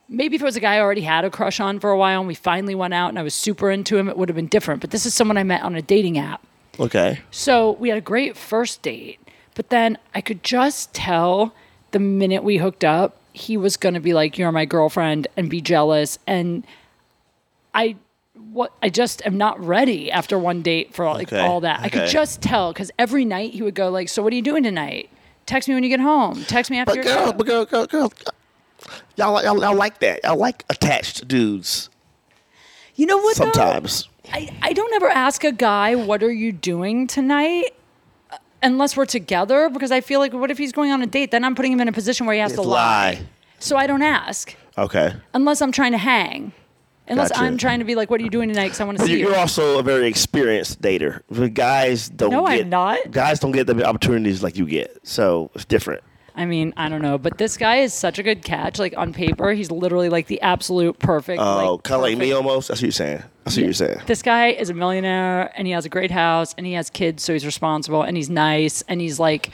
S9: maybe if it was a guy I already had a crush on for a while and we finally went out and I was super into him, it would have been different. But this is someone I met on a dating app.
S10: Okay.
S9: So we had a great first date, but then I could just tell the minute we hooked up, he was going to be like, "You're my girlfriend," and be jealous. And I, what I just am not ready after one date for like
S10: Okay,
S9: all that. I could
S10: okay.
S9: just tell because every night he would go like, "So what are you doing tonight? Text me when you get home. Text me
S10: But
S9: after your
S10: girl,
S9: show."
S10: but girl, girl, girl, uh, y'all, y'all, y'all like that. Y'all like attached dudes
S9: You know what? though?
S10: sometimes.
S9: I, I don't ever ask a guy, what are you doing tonight? Uh, Unless we're together, because I feel like, what if he's going on a date? Then I'm putting him in a position where he has
S10: It's
S9: to lie. So I don't ask,
S10: lie. Okay.
S9: unless I'm trying to hang. Unless
S10: Gotcha.
S9: I'm trying to be like, what are you doing tonight? Because I want to
S10: But
S9: see
S10: you-
S9: you.
S10: You're also a very experienced dater. The guys don't.
S9: No, I'm
S10: get,
S9: not.
S10: Guys don't get the opportunities like you get, so it's different.
S9: I mean, I don't know, but this guy is such a good catch. Like on paper, he's literally like the absolute perfect.
S10: Oh,
S9: like,
S10: kind of like me
S9: perfect-
S10: almost. That's what you're saying. That's what you're saying.
S9: This guy is a millionaire and he has a great house and he has kids, so he's responsible and he's nice and he's like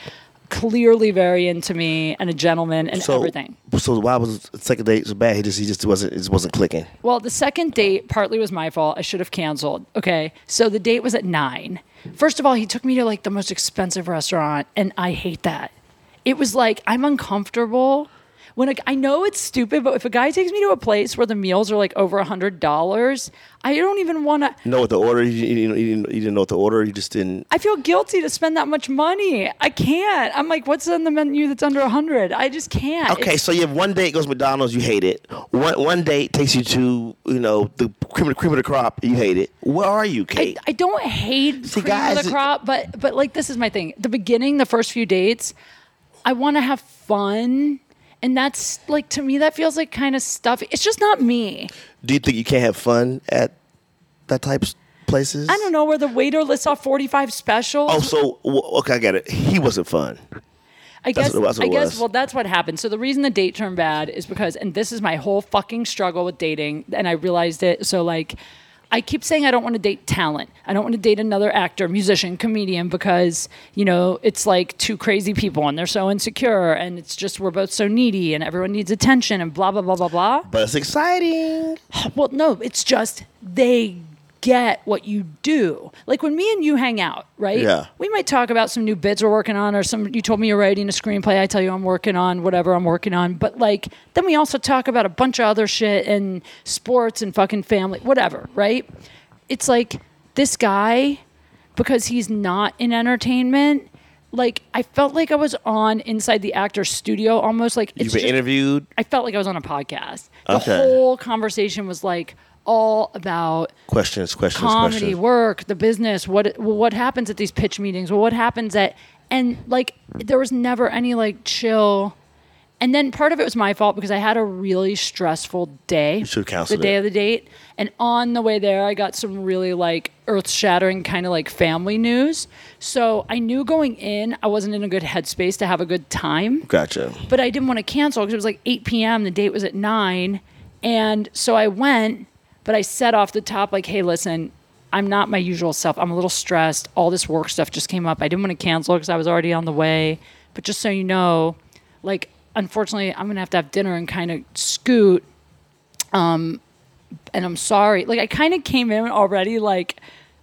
S9: clearly very into me and a gentleman and everything.
S10: So why was the second date so bad? He just he just wasn't it just wasn't clicking.
S9: Well, the second date partly was my fault. I should have canceled. Okay. So the date was at nine. First of all, he took me to like the most expensive restaurant, and I hate that. It was like, I'm uncomfortable. When a, I know it's stupid, but if a guy takes me to a place where the meals are like over a $100, I don't even want to.
S10: You know what the order? You, you, you, didn't, you didn't know what the order. You just didn't.
S9: I feel guilty to spend that much money. I can't. I'm like, what's on the menu that's under a 100 I just can't.
S10: Okay,
S9: It's-
S10: so you have one date goes to McDonald's, you hate it. One one date takes you to you know the cream of the, cream of the crop, you hate it. Where are you,
S9: I,
S10: Kate?
S9: I don't hate
S10: See,
S9: cream of
S10: guys,
S9: the crop, but but like this is my thing. The beginning, the first few dates, I want to have fun, and that's like to me that feels like kind of stuffy. It's just not me.
S10: Do you think you can't have fun at that type of places?
S9: I don't know where the waiter lists off forty five specials.
S10: Oh, so w- okay, I got it. He wasn't fun.
S9: I
S10: That's
S9: guess
S10: what- that's what
S9: I
S10: it
S9: guess
S10: was.
S9: well that's what happened. So the reason the date turned bad is because and this is my whole fucking struggle with dating and I realized it. So like I keep saying I don't want to date talent. I don't want to date another actor, musician, comedian because, you know, it's like two crazy people and they're so insecure and it's just we're both so needy and everyone needs attention and blah blah blah blah blah.
S10: But it's exciting.
S9: Well, no, it's just they get what you do. Like when me and you hang out, right?
S10: Yeah.
S9: We might talk about some new bids we're working on or some you told me you're writing a screenplay, I tell you I'm working on whatever I'm working on, but like then we also talk about a bunch of other shit and sports and fucking family, whatever, right? It's like this guy because he's not in entertainment like I felt like I was on inside the actor's studio almost like
S10: You've
S9: it's
S10: been
S9: just-
S10: interviewed.
S9: I felt like I was on a podcast. The
S10: Okay.
S9: whole conversation was like all about
S10: Questions, questions,
S9: comedy,
S10: questions.
S9: work, the business, what well, what happens at these pitch meetings, well, what happens at and like there was never any like chill. And then part of it was my fault because I had a really stressful day.
S10: should have
S9: the
S10: counseled
S9: day
S10: it.
S9: of the date, and on the way there, I got some really like earth-shattering kind of like family news. So I knew going in, I wasn't in a good headspace to have a good time
S10: Gotcha.
S9: but I didn't want to cancel because it was like 8 p.m. The date was at 9. And so I went, but I said off the top, like, hey, listen, I'm not my usual self. I'm a little stressed. All this work stuff just came up. I didn't want to cancel because I was already on the way. But just so you know, like, unfortunately, I'm going to have to have dinner and kind of scoot. Um, and I'm sorry. Like, I kind of came in already, like,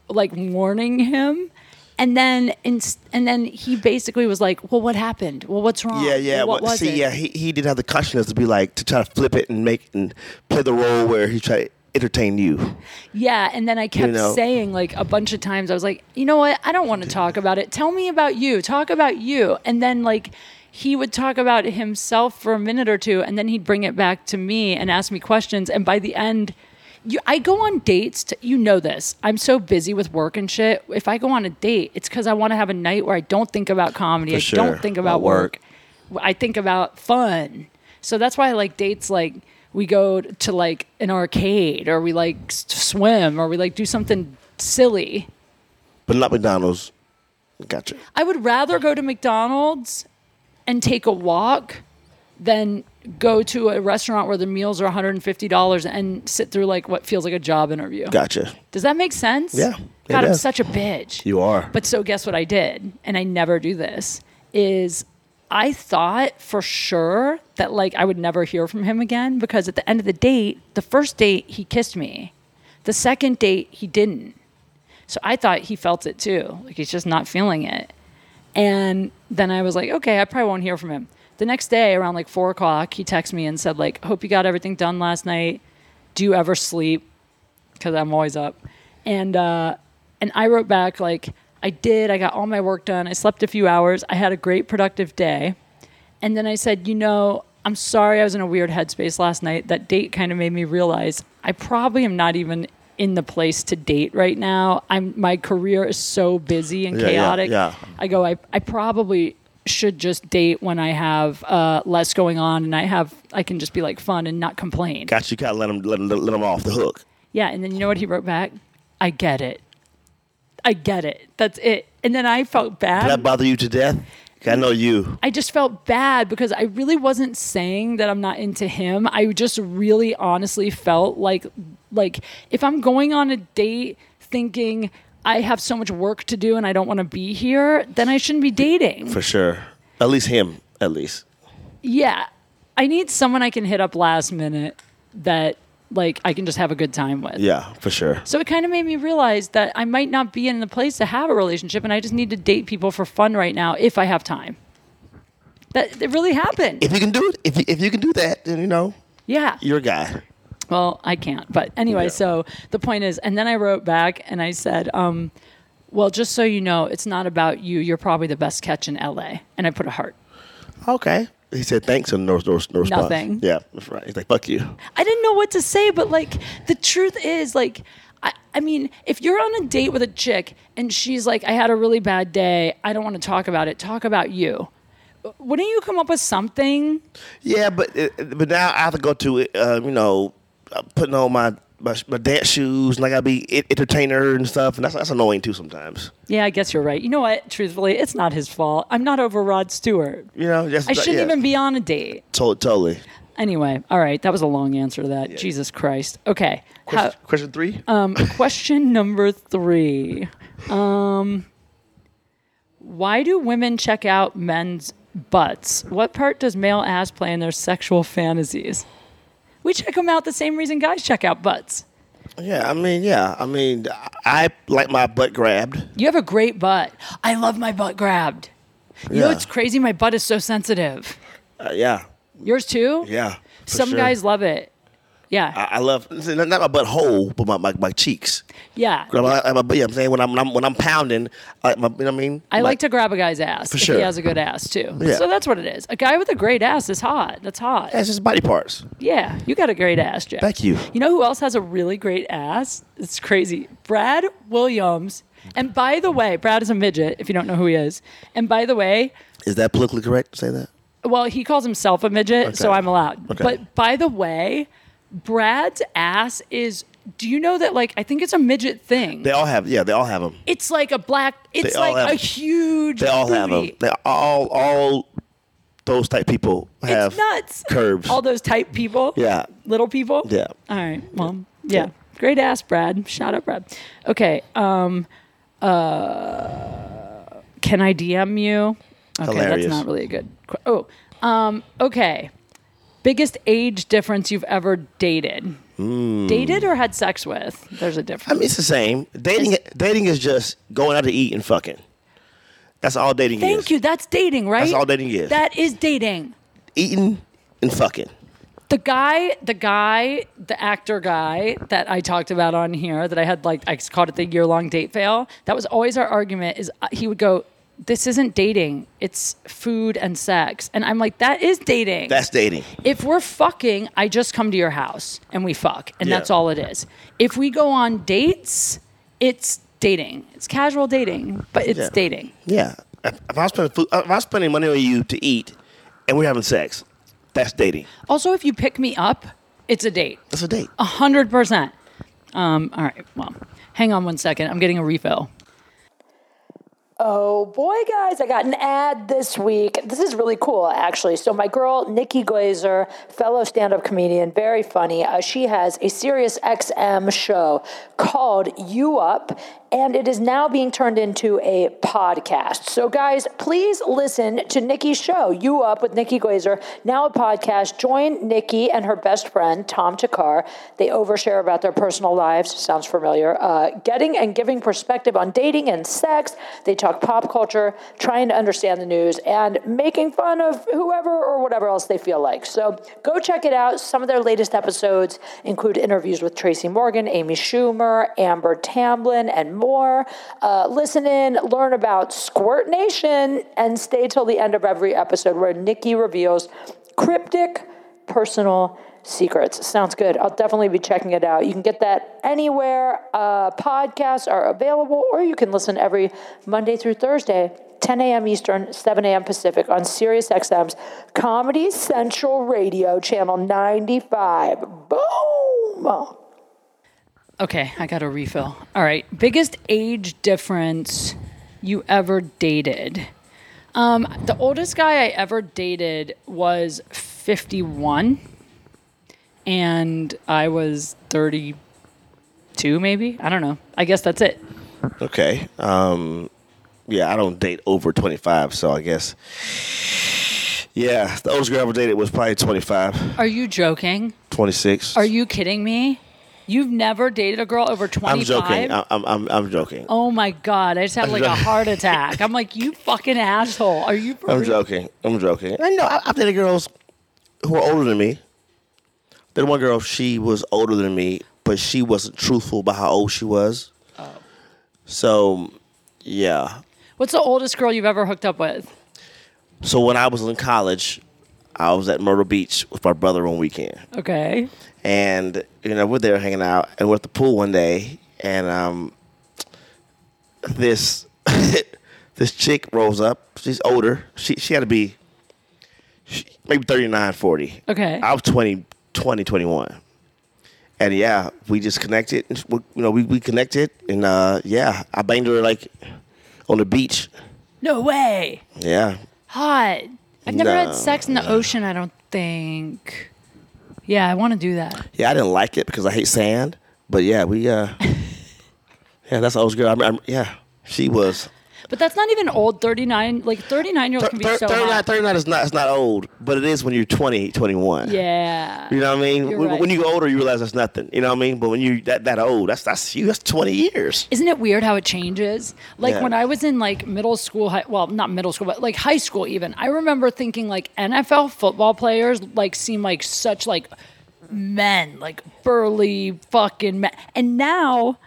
S9: like warning him. And then, in, and then he basically was like, "Well, what happened? Well, what's wrong?
S10: Yeah, yeah.
S9: Well, What
S10: well,
S9: was
S10: see,
S9: it?"
S10: yeah, he, he didn't have the consciousness to be like to try to flip it and make and play the role where he tried to entertain you.
S9: Yeah, and then I kept
S10: know.
S9: saying like a bunch of times I was like, "You know what? I don't want to talk about it. Tell me about you. Talk about you." And then like he would talk about himself for a minute or two and then he'd bring it back to me and ask me questions and by the end you, I go on dates. To, you know this. I'm so busy with work and shit. If I go on a date, it's because I want to have a night where I don't think about comedy.
S10: For
S9: I
S10: sure.
S9: don't think about
S10: About work.
S9: work. I think about fun. So that's why I like dates like we go to like an arcade or we like s- swim or we like do something silly.
S10: But not McDonald's. Gotcha.
S9: I would rather go to McDonald's and take a walk than go to a restaurant where the meals are $150 and sit through like what feels like a job interview.
S10: Gotcha.
S9: Does that make sense?
S10: Yeah, it
S9: God, I'm
S10: does.
S9: such a bitch.
S10: You are.
S9: But so guess what I did, and I never do this, is I thought for sure that like I would never hear from him again because at the end of the date, the first date he kissed me. The second date he didn't. So I thought he felt it too. Like he's just not feeling it. And then I was like, okay, I probably won't hear from him. The next day, around like four o'clock, he texted me and said, like, hope you got everything done last night. Do you ever sleep? Because I'm always up. And uh, and I wrote back like, I did. I got all my work done. I slept a few hours. I had a great productive day. And then I said, you know, I'm sorry I was in a weird headspace last night. That date kind of made me realize I probably am not even in the place to date right now. I'm my career is so busy and
S10: Yeah, yeah,
S9: chaotic.
S10: yeah.
S9: I go, I, I probably should just date when I have uh, less going on and I have I can just be like fun and not complain.
S10: Gotcha. You gotta let them let them let them off the hook.
S9: Yeah, and then you know what he wrote back? I get it. I get it. That's it. And then I felt bad.
S10: Did that bother you to death? 'Cause I know you.
S9: I just felt bad because I really wasn't saying that I'm not into him. I just really honestly felt like like if I'm going on a date thinking I have so much work to do and I don't want to be here, then I shouldn't be dating.
S10: For sure. At least him. At least.
S9: Yeah. I need someone I can hit up last minute that like I can just have a good time with.
S10: Yeah. For sure.
S9: So it kind of made me realize that I might not be in the place to have a relationship and I just need to date people for fun right now if I have time. That it really happened.
S10: If you can do it, if you, if you can do that, then you know
S9: Yeah.
S10: you're a guy.
S9: Well, I can't. But anyway,
S10: Yeah.
S9: so the point is, and then I wrote back and I said, um, well, just so you know, it's not about you. You're probably the best catch in LA. And I put a heart.
S10: Okay. He said thanks and no, no, no response.
S9: Nothing.
S10: Yeah, that's right. He's like, fuck you.
S9: I didn't know what to say, but like the truth is, like, I, I mean, if you're on a date with a chick and she's like, I had a really bad day, I don't want to talk about it, talk about you. Wouldn't you come up with something?
S10: Yeah, but it, but now I have to go to uh, you know uh, putting on my, my my dance shoes and I gotta be en- entertainer and stuff, and that's that's annoying too sometimes.
S9: Yeah, I guess you're right. You know what? Truthfully, it's not his fault. I'm not over Rod Stewart.
S10: You know, just,
S9: I shouldn't
S10: yeah.
S9: even be on a date.
S10: To- totally.
S9: Anyway, all right, that was a long answer to that. Jesus Christ. Okay.
S10: Question,
S9: How-
S10: question three.
S9: um, question number three. Um, why do women check out men's butts? What part does male ass play in their sexual fantasies? We check them out the same reason guys check out butts.
S10: yeah, I mean, yeah, I mean, I like my butt grabbed.
S9: You have a great butt. I love my butt grabbed. You know
S10: Yeah.
S9: it's crazy? My butt is so sensitive.
S10: Uh, yeah,
S9: Yours too?
S10: yeah. for
S9: Some
S10: sure.
S9: guys love it. Yeah.
S10: I, I love not not my butt hole, but my, my, my cheeks.
S9: yeah.
S10: Grab my, my butt. Yeah, I'm saying when I'm when I'm, when I'm pounding, I, my, you know what I mean.
S9: I
S10: My-
S9: like to grab a guy's ass if
S10: sure.
S9: he has a good ass too.
S10: Yeah.
S9: So that's what it is. A guy with a great ass is hot. That's hot.
S10: Yeah, it's just body parts.
S9: Yeah, you got a great ass, Jack.
S10: Thank you.
S9: You know who else has a really great ass? It's crazy. Brad Williams. And by the way, Brad is a midget, if you don't know who he is. And by the way,
S10: Is that politically correct to say that?
S9: well, he calls himself a midget, so
S10: Okay.
S9: I'm allowed.
S10: Okay.
S9: But by the way, Brad's ass is do you know that like I think it's a midget thing.
S10: They all have. Yeah, they all have them.
S9: it's like a black it's
S10: They all
S9: like
S10: have-
S9: a huge
S10: They all have them.
S9: booty.
S10: They all all those type people have
S9: it's nuts.
S10: curves.
S9: All those type people.
S10: Yeah.
S9: Little people.
S10: Yeah.
S9: All right. Well, yeah. Great ass, Brad. Shout out, Brad. Okay. Um. Uh. Can I DM you? Okay,
S10: Hilarious.
S9: that's not really a good. Qu- oh. Um. Okay. Biggest age difference you've ever dated? Dated or had sex with? There's
S10: Hmm.
S9: a
S10: I
S9: difference.
S10: mean, it's the same. Dating dating is just going out to eat and fucking. That's all dating is.
S9: Thank you. That's dating, right?
S10: all dating is.
S9: That is dating.
S10: Eating and fucking.
S9: The guy, the guy, the actor guy that I talked about on here that I had like I called it the year long date fail. That was always our argument. Is uh, he would go, "This isn't dating. It's food and sex," and I'm like, "That is dating.
S10: That's dating.
S9: if we're fucking, I just come to your house and we fuck, and
S10: Yeah.
S9: that's all it is. If we go on dates, it's dating. It's casual dating, but it's
S10: Yeah.
S9: dating.
S10: Yeah. If if I was spending food, if I was spending money on you to eat, and we're having sex, that's dating.
S9: Also, if you pick me up, it's a date."
S10: That's a date.
S9: A hundred percent. Um, all right. Well, hang on one second. I'm getting a refill.
S11: Oh boy, guys, I got an ad this week. This is really cool, actually. So, my girl, Nikki Glazer, fellow stand up comedian, very funny, uh, she has a Sirius XM show called You Up, and it is now being turned into a podcast. So, guys, please listen to Nikki's show, You Up with Nikki Glazer, now a podcast. Join Nikki and her best friend, Tom Takar. They overshare about their personal lives. Sounds familiar. Uh, getting and giving perspective on dating and sex. They talk pop culture, trying to understand the news, and making fun of whoever or whatever else they feel like. So go check it out. Some of their latest episodes include interviews with Tracy Morgan, Amy Schumer, Amber Tamblyn, and more. Uh, listen in, learn about Squirt Nation, and stay till the end of every episode where Nikki reveals cryptic personal secrets. Sounds good. I'll definitely be checking it out. You can get that anywhere uh, podcasts are available, or you can listen every Monday through Thursday. 10 a.m. Eastern, 7 a.m. Pacific on SiriusXM's Comedy Central Radio, channel 95. Boom!
S9: Okay, I got a refill. All right, biggest age difference you ever dated? Um, the oldest guy I ever dated was 51, and I was 32, maybe. I don't know. I guess that's it.
S10: Okay. Um, yeah, I don't date over 25, so I guess. Yeah, the oldest girl I ever dated was probably 25,
S9: Are you joking?
S10: 26.
S9: Are you kidding me? You've never dated a girl over 25?
S10: I'm joking. I- I'm, I'm, I'm joking.
S9: Oh my god! I just had
S10: I'm
S9: like a
S10: joking.
S9: heart attack. I'm like, you fucking asshole! Are you? for
S10: I'm
S9: real?"
S10: joking. I'm joking. I know. I- I've dated girls who are older than me. Then one girl, she was older than me, but she wasn't truthful about how old she was. Oh. So, yeah.
S9: What's the oldest girl you've ever hooked up with?
S10: So when I was in college, I was at Myrtle Beach with my brother one weekend.
S9: Okay.
S10: and you know we're there hanging out and we're at the pool one day and um this this chick rolls up she's older she she had to be she, maybe 39 40
S9: Okay.
S10: i was 20 20 21 and yeah we just connected and we, you know we, we connected and uh yeah i banged her like on the beach
S9: No way.
S10: yeah
S9: Hot. I've never
S10: No.
S9: had sex in the ocean. I don't think. Yeah, I want to do that.
S10: yeah i didn't like it because i hate sand but yeah we uh yeah that's the oldest girl I, rem- I, rem- yeah she was
S9: But that's not even old. Thirty-nine, like thirty-nine year olds can be
S10: Thir-
S9: so
S10: 39,
S9: hot.
S10: 39 is not it's not old, but it is when you're 20, 21.
S9: Yeah.
S10: You know what I mean?
S9: You're
S10: When,
S9: right.
S10: when you go older, you realize that's nothing. You know what I mean? But when you that that old, that's that's you. That's 20 years.
S9: Isn't it weird how it changes? Like
S10: Yeah.
S9: when I was in like middle school, high, well, not middle school, but like high school even. I remember thinking like NFL football players like seem like such like men, like burly fucking men. And now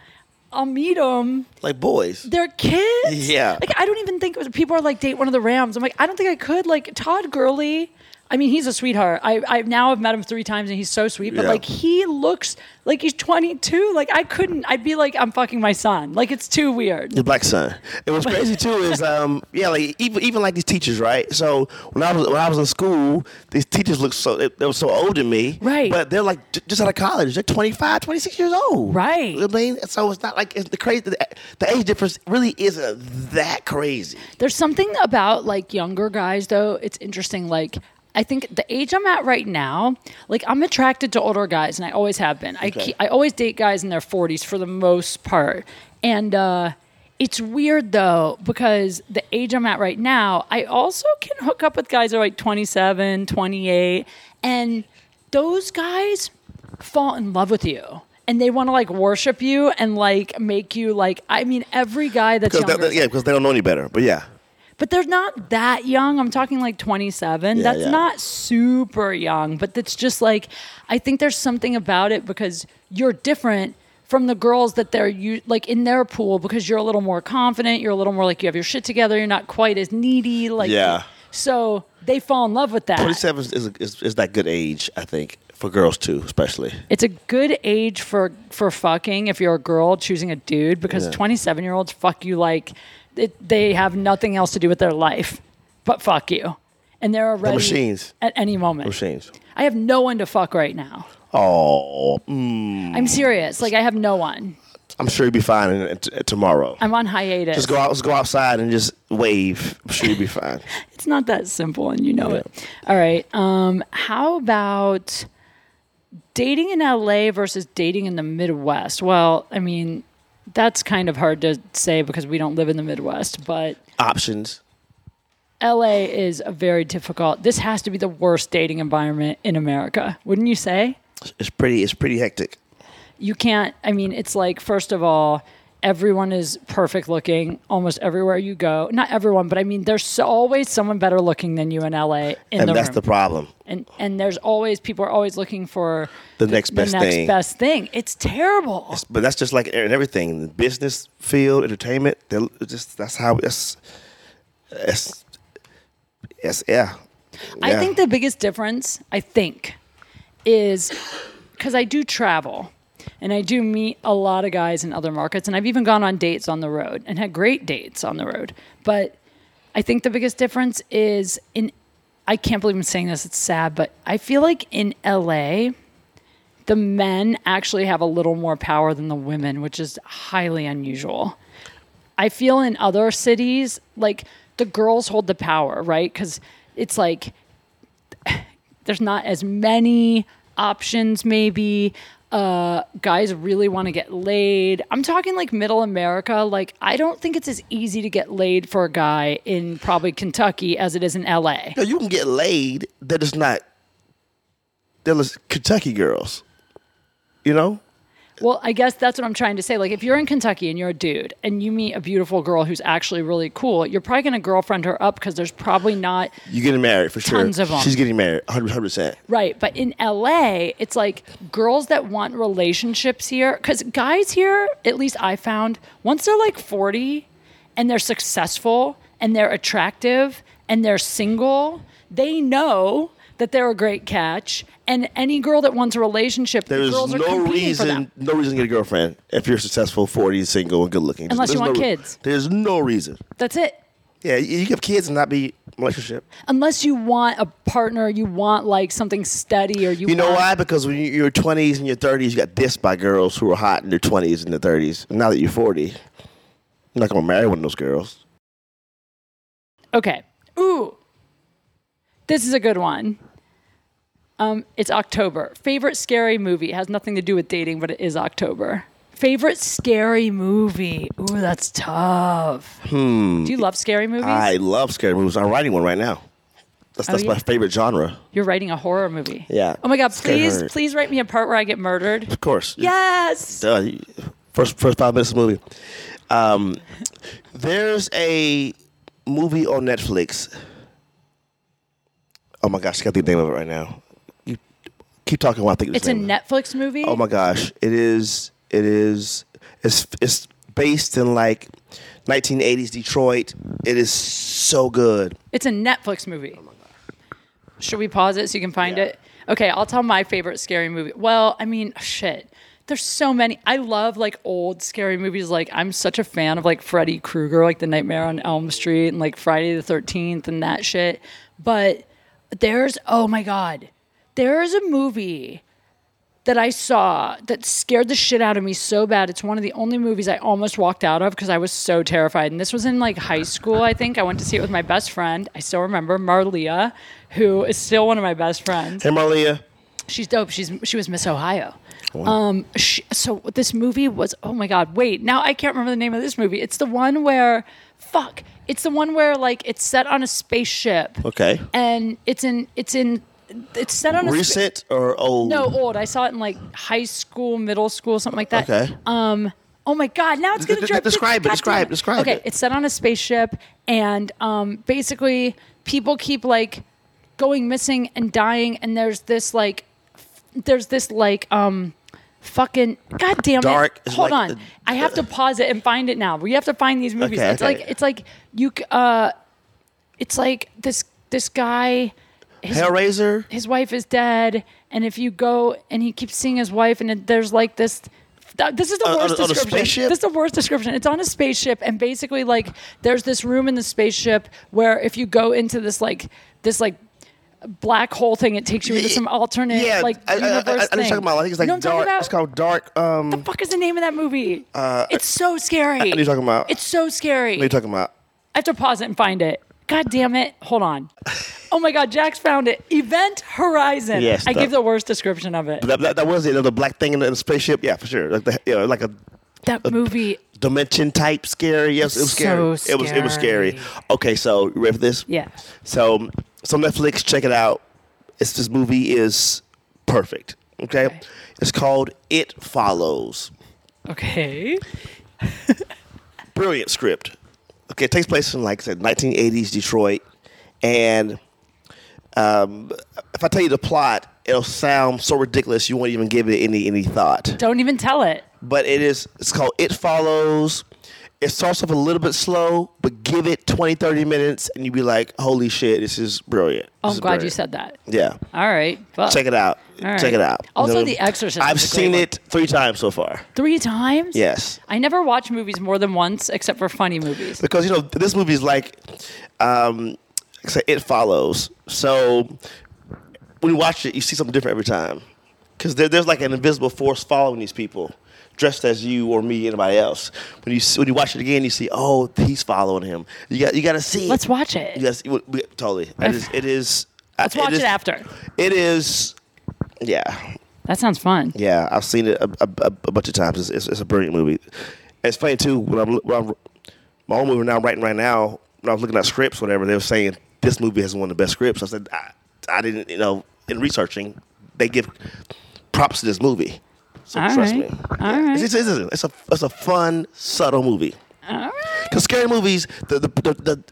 S9: I'll meet them.
S10: Like boys.
S9: They're kids.
S10: Yeah.
S9: Like I don't even think it was, people are like date one of the Rams. I'm like I don't think I could. Like Todd Gurley. I mean, he's a sweetheart. I I now have met him three times and he's so sweet. But
S10: Yeah.
S9: like he looks like he's 22. Like I couldn't. I'd be like I'm fucking my son. Like it's too weird.
S10: Your black son. And what's crazy too is um yeah like even even like these teachers right. So when I was when I was in school, these teachers looked so they, they were so old than me. Right. But they're like j- just out of college. They're 25, 26 years old. Right. You know what I mean? So it's not like it's the crazy. The, the age difference really isn't that crazy.
S9: There's something about like younger guys though. It's interesting. Like I think the age I'm at right now, like I'm attracted to older guys, and I always have been. I
S12: Okay.
S9: keep, I always date guys in their 40s for the most part, and uh, it's weird though because the age I'm at right now, I also can hook up with guys who are like 27, 28, and those guys fall in love with you. And they want to like worship you and like make you like. I mean, every guy that's
S10: Because
S9: younger.
S10: that- that- yeah, because they don't know any better. But yeah.
S9: But they're not that young. I'm talking like 27.
S10: Yeah,
S9: That's
S10: yeah.
S9: not super young, but that's just like I think there's something about it because you're different from the girls that they're you like in their pool because you're a little more confident, you're a little more like you have your shit together, you're not quite as needy like
S10: Yeah.
S9: So they fall in love with that.
S10: 27 is, is, is, is that good age, I think, for girls too, especially.
S9: It's a good age for for fucking if you're a girl choosing a dude because
S10: Yeah.
S9: 27 year olds fuck you like it, they have nothing else to do with their life but fuck you, and they're
S10: The
S9: already
S10: machines.
S9: at any
S10: The
S9: moment.
S10: machines.
S9: I have no one to fuck right now.
S10: Oh. Mm.
S9: I'm serious. Like I have no one.
S10: I'm sure you'll be fine in, in, t- tomorrow.
S9: I'm on hiatus.
S10: Just go out. Just go outside and just wave. I'm sure you'll be fine.
S9: it's not that simple, and you know it. All right. Um, how about dating in LA versus dating in the Midwest? Well, I mean, that's kind of hard to say because we don't live in the Midwest, but
S10: Options.
S9: LA is a very difficult. This has to be the worst dating environment in America, wouldn't you say?
S10: It's pretty. It's pretty hectic.
S9: You can't. I mean, it's like first of all, everyone is perfect looking almost everywhere you go. Not everyone, but I mean, there's so- always someone better looking than you in LA. In
S10: and
S9: the
S10: that's
S9: room.
S10: the problem.
S9: And and there's always people are always looking for
S10: The next best
S9: the next
S10: thing.
S9: best thing. It's terrible.
S10: But that's just like in everything, the business field, entertainment. they're Just that's how that's. That's, that's yeah.
S9: I
S10: Yeah.
S9: think the biggest difference, I think, is because I do travel and I do meet a lot of guys in other markets. And I've even gone on dates on the road and had great dates on the road. But I think the biggest difference is in, I can't believe I'm saying this, it's sad, but I feel like in LA, the men actually have a little more power than the women, which is highly unusual. I feel in other cities, like the girls hold the power, right? Because it's like there's not as many options, maybe. Uh, guys really want to get laid. I'm talking like middle America. Like, I don't think it's as easy to get laid for a guy in probably Kentucky as it is in LA.
S10: No, you can get laid that is not. There was Kentucky girls, you know.
S9: Well, I guess that's what I'm trying to say. Like, if you're in Kentucky and you're a dude and you meet a beautiful girl who's actually really cool, you're probably going to girlfriend her up because there's probably not
S10: You getting married for sure.
S9: Tons of 'em.
S10: She's getting married, hundred percent.
S9: Right. But in LA, it's like girls that want relationships here, because guys here, at least I found, once they're like 40 and they're successful and they're attractive and they're single, they know that they're a great catch. And any girl that wants a relationship, the
S10: There is
S9: girls are
S10: no
S9: competing for them.
S10: reason, no reason to get a girlfriend if you're successful, forty, single, and good looking.
S9: Unless you
S10: There's
S9: want
S10: no-
S9: kids.
S10: There's no reason.
S9: That's it.
S10: Yeah, you you can have kids and not be in a relationship.
S9: Unless you want a partner, you want like something steady or you,
S10: You, know
S9: want-
S10: why? Because when you- you're 20s and your 30s, you got dissed by girls who were hot in their 20s and their 30s. Now that you're 40, you're not gonna marry one of those girls.
S9: Okay. Ooh. This is a good one. Um, it's October. Favorite scary movie. It has nothing to do with dating, but it is October. Favorite scary movie. Ooh, that's tough.
S10: Hmm.
S9: Do you love scary movies?
S10: I love scary movies. I'm writing one right now. That's
S9: Oh,
S10: that's
S9: yeah?
S10: my favorite genre.
S9: You're writing a horror movie.
S10: Yeah.
S9: Oh my god,
S10: Scary
S9: please,
S10: horror.
S9: please write me a part where I get murdered.
S10: Of course.
S9: Yes.
S10: Duh, you- first first five minutes of the movie. Um, there's a movie on Netflix. Oh my gosh, I got the name of it right now. You keep talking while I think of this
S9: It's a
S10: name.
S9: Netflix movie.
S10: Oh my gosh, it is. It is. It's it's based in like 1980s Detroit. It is so good.
S9: It's a Netflix movie. Should we pause it so you can find it? Okay, I'll tell my favorite scary movie. Well, I mean, shit. There's so many. I love like old scary movies. Like I'm such a fan of like Freddy Krueger, like The Nightmare on Elm Street and like Friday the 13th and that shit. But there's oh my god. There's a movie that I saw that scared the shit out of me so bad. It's one of the only movies I almost walked out of because I was so terrified. And this was in like high school, I think. I went to see it with my best friend. I still remember Marlia, who is still one of my best friends.
S10: Hey Marlia.
S9: She's dope. She's she was Miss Ohio. Um, she, so this movie was oh my god. Wait, now I can't remember the name of this movie. It's the one where, fuck, it's the one where like it's set on a spaceship
S10: Okay.
S9: and it's in it's in it's set on a spa-
S10: Recent or old?
S9: no, old. I saw it in like high school, middle school, something like that.
S10: Okay.
S9: Um. Oh my God! Now it's gonna
S10: D- d-
S9: drive.
S10: describe it,
S9: God damn
S10: describe, describe
S9: Okay,
S10: it.
S9: it's set on a spaceship, and um, basically people keep like going missing and dying, and there's this like, f- there's this like um, fucking God damn
S10: Dark,
S9: it!
S10: it's
S9: Hold
S10: like
S9: on,
S10: the-
S9: I have to pause it and find it now. We have to find these movies.
S10: Okay,
S9: it's
S10: okay.
S9: like it's like you. c- Uh, it's like this this guy his-
S10: Hellraiser?
S9: His wife is dead, and if you go and he keeps seeing his wife, and it- there's like this. th- This is the
S10: On- on-
S9: worst
S10: on a
S9: description.
S10: spaceship?
S9: This is the worst description. It's on a spaceship, and basically, like, there's this room in the spaceship where if you go into this, like, this, like, black hole thing. It takes you into some alternate
S10: yeah,
S9: like
S10: I, I, I, I,
S9: universe
S10: know what you're
S9: thing.
S10: talking about. I think it's
S9: You
S10: like
S9: know what I'm talking
S10: dark.
S9: about?
S10: It's called dark. Um,
S9: the fuck is the name of that movie?
S10: uh,
S9: it's so scary.
S10: I know what you're talking about.
S9: It's so
S10: I
S9: scary.
S10: know what you're talking about.
S9: I have to pause it and find it. God damn it. Hold on. Oh my God, Jack's found it. Event Horizon.
S10: Yes,
S9: I
S10: that-
S9: gave the worst description of it.
S10: But That, that, that was it. The black thing in the, in the spaceship. Yeah, for sure. Like the, yeah, like a
S9: That movie.
S10: dimension type scary. Yes, it was
S9: So
S10: scary. It was it was scary. Okay, so you ready for this?
S9: Yeah.
S10: So so Netflix, check it out. It's this movie is perfect. Okay. It's called It Follows.
S9: Okay.
S10: Brilliant script. Okay, it takes place in like I said, 1980s Detroit, and um, if I tell you the plot, it'll sound so ridiculous you won't even give it any any thought.
S9: Don't even tell it.
S10: but it is it's called it follows it starts off a little bit slow but give it 20 30 minutes and you'll be like holy shit this is brilliant This
S9: Oh,
S10: is
S9: I'm glad you
S10: brilliant.
S9: said that.
S10: yeah
S9: All right. Fuck.
S10: check it out
S9: All right.
S10: check it out You
S9: Also,
S10: know,
S9: The Exorcist
S10: i've
S9: is a great
S10: seen
S9: one.
S10: it three times so far
S9: Three times?
S10: yes
S9: I never watch movies more than once except for funny movies.
S10: because you know this movie is like um like I said, it follows so when you watch it you see something different every time because there, there's like an invisible force following these people dressed as you or me anybody else when you s- when you watch it again you see oh he's following him you got you got to see
S9: Let's watch it.
S10: yes you- we- totally it is it is
S9: Let's watch
S10: is-
S9: it after.
S10: it is yeah
S9: That sounds fun.
S10: yeah, I've seen it a, a, a a bunch of times. It's, it's, it's a brilliant movie. It's funny too when I'm, when I'm my own movie now writing right now. When I was looking at scripts, whatever they were saying, this movie has one of the best scripts. I said I, I didn't, you know, in researching, they give props to this movie. So
S9: All
S10: trust
S9: right.
S10: me,
S9: All
S10: Yeah.
S9: right.
S10: it's, it's, it's, it's a it's a fun, subtle movie.
S9: All right.
S10: Because scary movies, the the, the the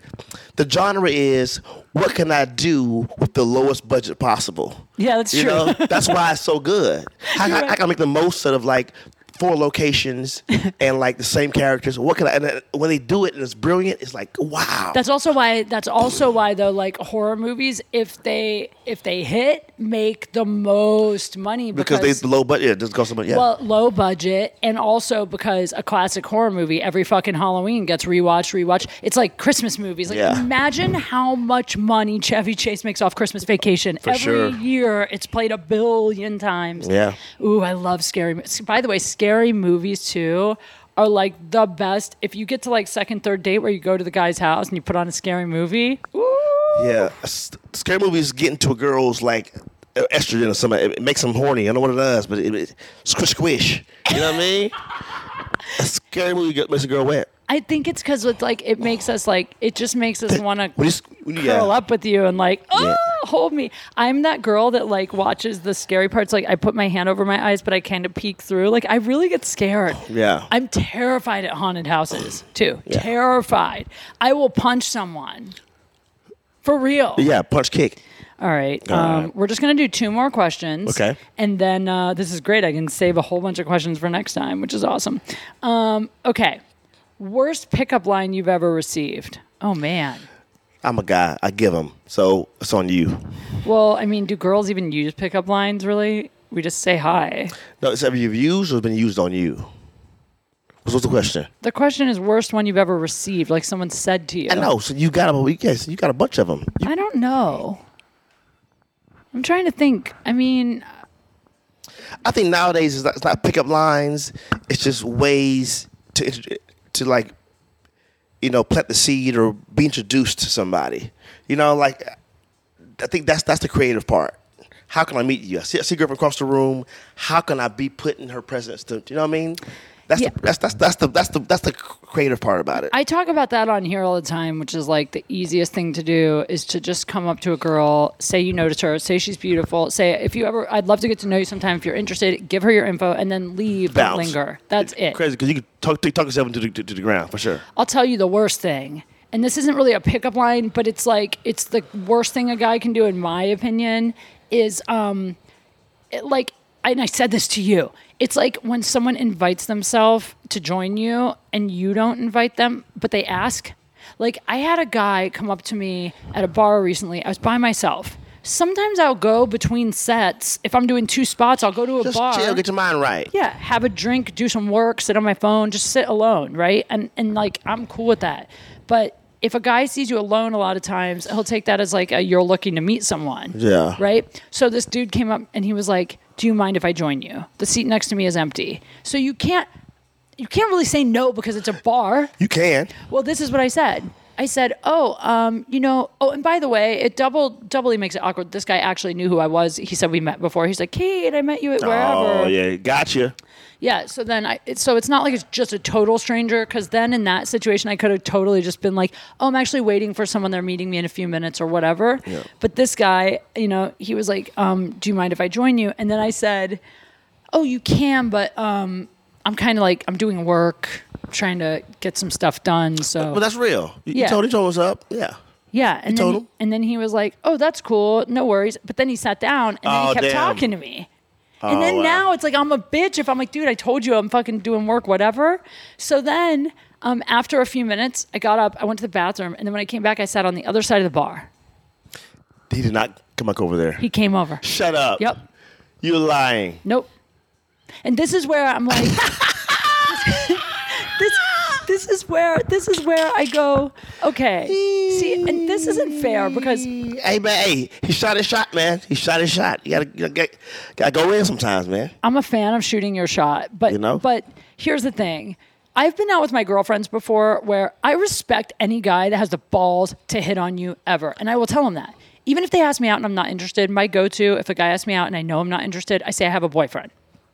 S10: the genre is what can I do with the lowest budget possible.
S9: Yeah, that's
S10: you
S9: true.
S10: know, that's why it's so good. How, how, how can I make the most out of like four locations and like the same characters? What can I? And uh, when they do it and it's brilliant, it's like wow.
S9: That's also why. That's also why though, like horror movies, if they if they hit, make the most money
S10: because,
S9: because,
S10: they the low budget. Yeah, just go somewhere. Yeah,
S9: well low budget, and also because a classic horror movie every fucking Halloween gets rewatched, rewatched. It's like Christmas movies. Like
S10: Yeah.
S9: imagine how much money Chevy Chase makes off Christmas Vacation
S10: For
S9: every
S10: sure.
S9: year. It's played a billion times.
S10: Yeah.
S9: Ooh, I love scary. mo- By the way, scary movies too are like the best. If you get to like second, third date where you go to the guy's house and you put on a scary movie,
S10: yeah. S- Scary movies get into a girl's like uh, estrogen or something. It, it makes them horny. I don't know what it does, but it, it squish squish. You know what I mean? A scary movie get- makes a girl wet.
S9: I think it's because with like it makes us like it just makes us want to
S10: When you,
S9: curl
S10: s- when you- yeah.
S9: up with you and like oh
S10: Yeah.
S9: hold me. I'm that girl that like watches the scary parts. Like I put my hand over my eyes, but I kind of peek through. Like I really get scared.
S10: Oh, Yeah.
S9: I'm terrified at haunted houses too. Terrified. I will punch someone. For real.
S10: yeah, punch kick.
S9: All right. Um, we're just going to do two more questions.
S10: Okay.
S9: And then uh, this is great. I can save a whole bunch of questions for next time, which is awesome. Um, okay. Worst pickup line you've ever received? Oh, man.
S10: I'm a guy. I give them. So it's on you.
S9: Well, I mean, do girls even use pickup lines really? We just say hi.
S10: No, it's ever you've used or been used on you. What's, what's the question?
S9: The question is worst one you've ever received, like someone said to you.
S10: I know. So you got a yes, you got a bunch of them.
S9: I don't know. I'm trying to think. I mean,
S10: I think nowadays it's not, it's not pickup lines. It's just ways to intro- to like, you know, plant the seed or be introduced to somebody. You know, like I think that's that's the creative part. How can I meet you? I see, I see a girl from across the room. How can I be put in her presence? To you know what I mean? That's
S9: Yeah.
S10: the, that's that's that's the that's the that's the creative part about it.
S9: I talk about that on here all the time, which is like the easiest thing to do is to just come up to a girl, say you notice her, say she's beautiful, say if you ever, I'd love to get to know you sometime. If you're interested, give her your info and then leave. Don't
S10: Bounce.
S9: linger. That's it.
S10: Crazy because you can talk talk yourself into the, to, to the ground for sure.
S9: I'll tell you the worst thing. And this isn't really a pickup line, but it's like it's the worst thing a guy can do, in my opinion, is um, it, like, and I said this to you. It's like when someone invites themselves to join you and you don't invite them, but they ask. Like I had a guy come up to me at a bar recently. I was by myself. Sometimes I'll go between sets. If I'm doing two spots, I'll go to a
S10: Just
S9: bar.
S10: chill, get your mind right.
S9: Yeah, have a drink, do some work, sit on my phone, just sit alone, right? And and like I'm cool with that. But if a guy sees you alone a lot of times, he'll take that as like a, you're looking to meet someone.
S10: Yeah.
S9: Right? So this dude came up and he was like, "Do you mind if I join you? The seat next to me is empty." So you can't you can't really say no because it's a bar.
S10: You can.
S9: Well, this is what I said. I said, "Oh, um, you know. Oh, and by the way, it double doubly makes it awkward. This guy actually knew who I was. He said we met before. He's like, Kate, I met you at wherever.
S10: Oh yeah, gotcha.
S9: Yeah, so then I it- so it's not like it's just a total stranger cuz then in that situation I could have totally just been like, "Oh, I'm actually waiting for someone they're meeting me in a few minutes or whatever."
S12: Yeah.
S9: But this guy, you know, he was like, um, "Do you mind if I join you?" And then I said, "Oh, you can, but um I'm kind of like I'm doing work, trying to get some stuff done." So
S10: But that's real. You, you
S9: Oh. Yeah.
S10: told you told us up. Yeah.
S9: yeah, and
S10: told
S9: then, he, and then he was like, "Oh, that's cool, no worries." But then he sat down and then
S10: Oh,
S9: he kept
S10: damn.
S9: talking to me. And
S10: Oh,
S9: then
S10: wow.
S9: now it's like I'm a bitch if I'm like, dude, I told you I'm fucking doing work, whatever. So then, um, after a few minutes, I got up, I went to the bathroom, and then when I came back, I sat on the other side of the bar.
S10: He did not come back over there.
S9: He came over.
S10: Shut up.
S9: Yep.
S10: You're lying.
S9: Nope. And this is where I'm like, this, this is where this is where I go. Okay, see, and this isn't fair because
S10: Hey man, hey, he shot his shot, man. He shot his shot. You gotta, you gotta, gotta go in sometimes, man.
S9: I'm a fan of shooting your shot, but
S10: You know?
S9: but here's the thing. I've been out with my girlfriends before where I respect any guy that has the balls to hit on you ever, and I will tell them that. Even if they ask me out and I'm not interested, my go-to if a guy asks me out and I know I'm not interested, I say I have a boyfriend.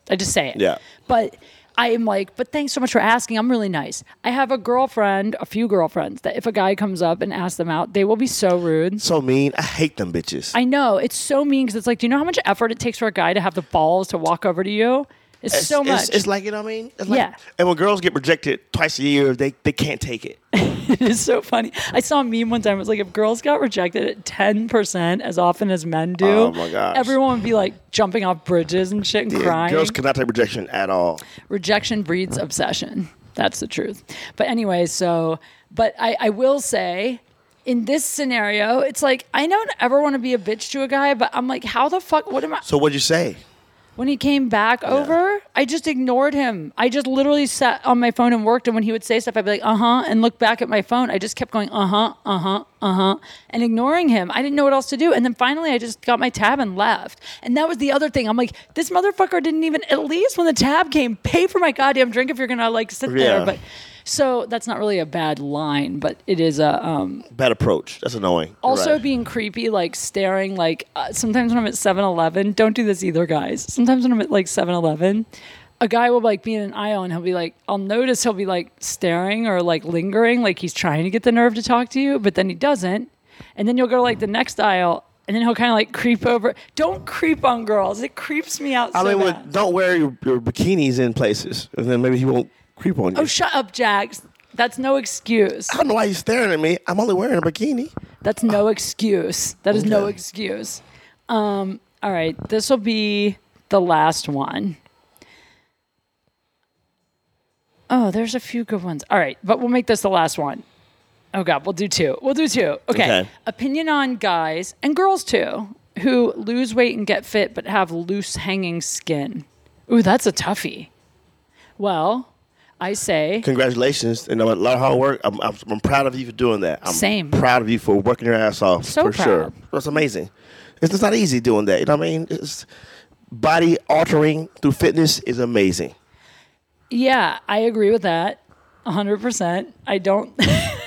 S9: I just say it.
S10: Yeah.
S9: But I am like, but thanks so much for asking. I'm really nice. I have a girlfriend, a few girlfriends that if a guy comes up and asks them out, they will be so rude.
S10: So mean. I hate them bitches.
S9: I know it's so mean because it's like, do you know how much effort it takes for a guy to have the balls to walk over to you? It's, so much.
S10: It's, it's like you know what I mean. It's like,
S9: Yeah.
S10: And when girls get rejected twice a year, they they can't take it.
S9: it is so funny. I saw a meme one time. It was like if girls got rejected at ten percent as often as men do,
S10: Oh, my gosh.
S9: everyone would be like jumping off bridges and shit and
S10: Yeah,
S9: crying.
S10: Girls cannot take rejection at all.
S9: Rejection breeds obsession. That's the truth. But anyway, so but I, I will say in this scenario, it's like I don't ever want to be a bitch to a guy, but I'm like, how the fuck? What am I?
S10: So what'd you say?
S9: When he came back over, I just ignored him. I just literally sat on my phone and worked. And when he would say stuff, I'd be like, uh huh, and look back at my phone. I just kept going, uh huh, uh huh, uh huh, and ignoring him. I didn't know what else to do. And then finally, I just got my tab and left. And that was the other thing. I'm like, this motherfucker didn't even, at least when the tab came, pay for my goddamn drink if you're going to like sit
S10: Yeah.
S9: there. But so that's not really a bad line, but it is a, um,
S10: Bad approach. That's annoying. You're
S9: also
S10: right.
S9: being creepy, like staring, like uh, sometimes when I'm at 7 Eleven, don't do this either, guys. Sometimes when I'm at like 7 Eleven, a guy will like be in an aisle and he'll be like, I'll notice he'll be like staring or like lingering, like he's trying to get the nerve to talk to you, but then he doesn't. And then you'll go to like the next aisle and then he'll kind of like creep over. Don't creep on girls. It creeps me out
S10: I
S9: so
S10: mean,
S9: bad.
S10: well, don't wear your, your bikinis in places, and then maybe he won't creep on you.
S9: Oh, shut up, Jax. That's no excuse.
S10: I don't know why you're staring at me. I'm only wearing a bikini.
S9: That's no excuse. That is no
S10: Ah. Okay.
S9: excuse. Um, all right, this will be the last one. Oh, there's a few good ones. All right, but we'll make this the last one. Oh God, we'll do two. We'll do two. Okay.
S10: Okay.
S9: Opinion on guys and girls too who lose weight and get fit but have loose hanging skin. Ooh, that's a toughie. Well, I say
S10: Congratulations, and a lot of hard work. I'm, I'm, I'm proud of you for doing that. I'm
S9: Same.
S10: Proud of you for working your ass off.
S9: So
S10: for sure.
S9: proud.
S10: That's amazing. It's, it's not easy doing that. You know what I mean? It's, body altering through fitness is amazing.
S9: Mm-hmm. Yeah, I agree with that. 100%. I don't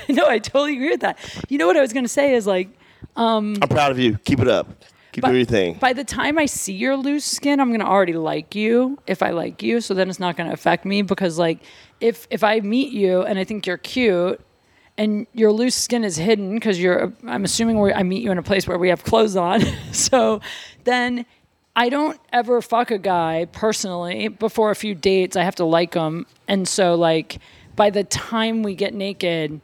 S9: No, I totally agree with that. You know what I was going to say is like um
S10: I'm proud of you. Keep it up. Keep
S9: by,
S10: doing your thing.
S9: by the time I see your loose skin, I'm going to already like you if I like you, so then it's not going to affect me because like if if I meet you and I think you're cute and your loose skin is hidden cuz you're I'm assuming we I meet you in a place where we have clothes on. so then I don't ever fuck a guy personally before a few dates. I have to like him. And so, like, by the time we get naked,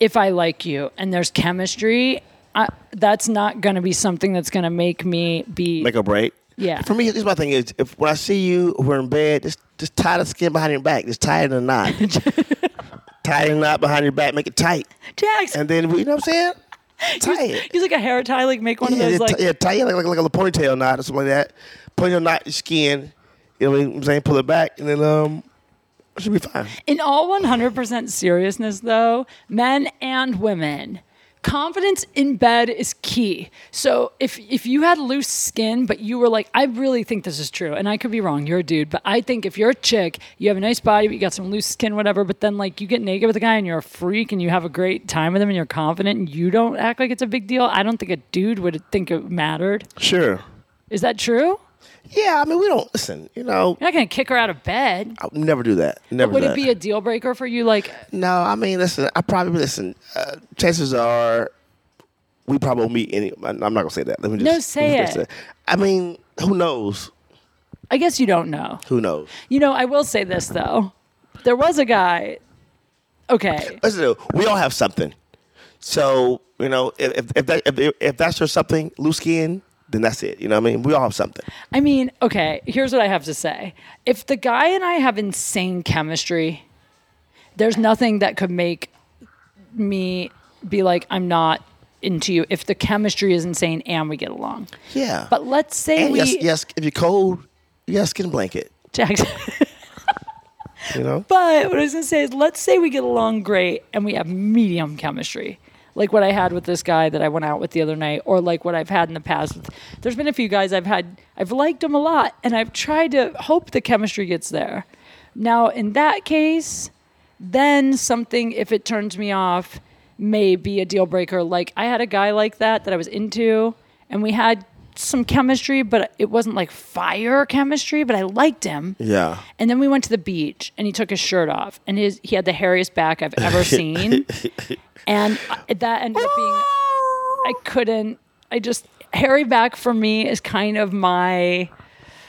S9: if I like you and there's chemistry, I, that's not going to be something that's going to make me be.
S10: Make a break.
S9: Yeah.
S10: For me, here's my thing is if when I see you, we're in bed, just just tie the skin behind your back. Just tie it in a knot. tie it in a knot behind your back. Make it tight.
S9: Jax.
S10: And then we- you know what I'm saying? Tie it.
S9: Use like a hair tie, like make one
S10: yeah,
S9: of those,
S10: yeah,
S9: like,
S10: t- yeah, tie it like, like, like a little ponytail knot or something like that. Ponytail knot your skin. You know what I'm saying? Pull it back and then um should be fine.
S9: In all 100% seriousness, though, men and women, confidence in bed is key. So if if you had loose skin, but you were like, I really think this is true, and I could be wrong. You're a dude, but I think if you're a chick, you have a nice body, but you got some loose skin, whatever. But then like you get naked with a guy and you're a freak and you have a great time with him and you're confident and you don't act like it's a big deal. I don't think a dude would think it mattered.
S10: Sure.
S9: Is that true?
S10: Yeah, I mean, we don't listen. You know,
S9: You're not gonna kick her out of bed.
S10: I'll never do that. Never.
S9: Would
S10: do
S9: it be a deal breaker for you? Like,
S10: No, I mean, listen. I probably listen. Uh, chances are, we probably won't meet any. I'm not gonna say that. Let me just
S9: No, say
S10: let me just
S9: it.
S10: I mean, who knows?
S9: I guess you don't know.
S10: Who knows?
S9: You know, I will say this though. There was a guy. Okay.
S10: Listen, we all have something. So you know, if if, if that if, if that's your something, loose skin, then that's it. You know what I mean? We all have something.
S9: I mean, okay, here's what I have to say. If the guy and I have insane chemistry, there's nothing that could make me be like, I'm not into you if the chemistry is insane and we get along.
S10: Yeah.
S9: But let's say
S10: and
S9: we
S10: yes, yes. If you're cold, you got a skin blanket.
S9: Jackson.
S10: You know.
S9: But what I was gonna say is, let's say we get along great and we have medium chemistry, like what I had with this guy that I went out with the other night, or like what I've had in the past. with- There's been a few guys I've had, I've liked them a lot, and I've tried to hope the chemistry gets there. Now, in that case, then something, if it turns me off, may be a deal breaker. Like I had a guy like that that I was into, and we had some chemistry, but it wasn't like fire chemistry, but I liked him.
S10: Yeah.
S9: And then we went to the beach, and he took his shirt off, and his he had the hairiest back I've ever seen, and I- that ended up being I couldn't. I just hairy back for me is kind of my.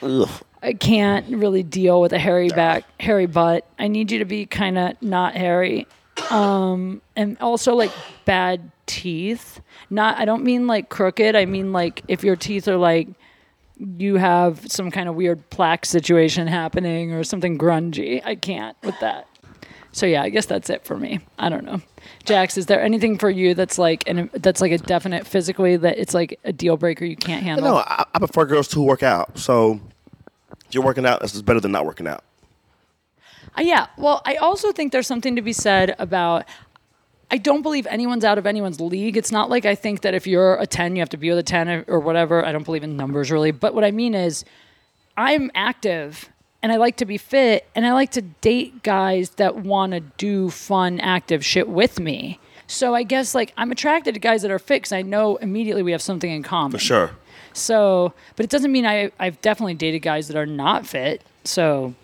S10: Ugh.
S9: I can't really deal with a hairy back, hairy butt. I need you to be kind of not hairy, um, and also like bad teeth. Not. I don't mean like crooked. I mean like if your teeth are like you have some kind of weird plaque situation happening or something grungy. I can't with that. So yeah, I guess that's it for me. I don't know. Jax, is there anything for you that's like an that's like a definite physically that it's like a deal breaker you can't handle?
S10: No, I, I prefer girls to work out. So if you're working out, this is better than not working out.
S9: Uh, yeah. Well, I also think there's something to be said about. I don't believe anyone's out of anyone's league. It's not like I think that if you're a 10, you have to be with a 10 or whatever. I don't believe in numbers really. But what I mean is, I'm active and I like to be fit and I like to date guys that want to do fun, active shit with me. So I guess like I'm attracted to guys that are fit 'cause I know immediately we have something in common.
S10: For sure.
S9: So, but it doesn't mean I, I've definitely dated guys that are not fit. So,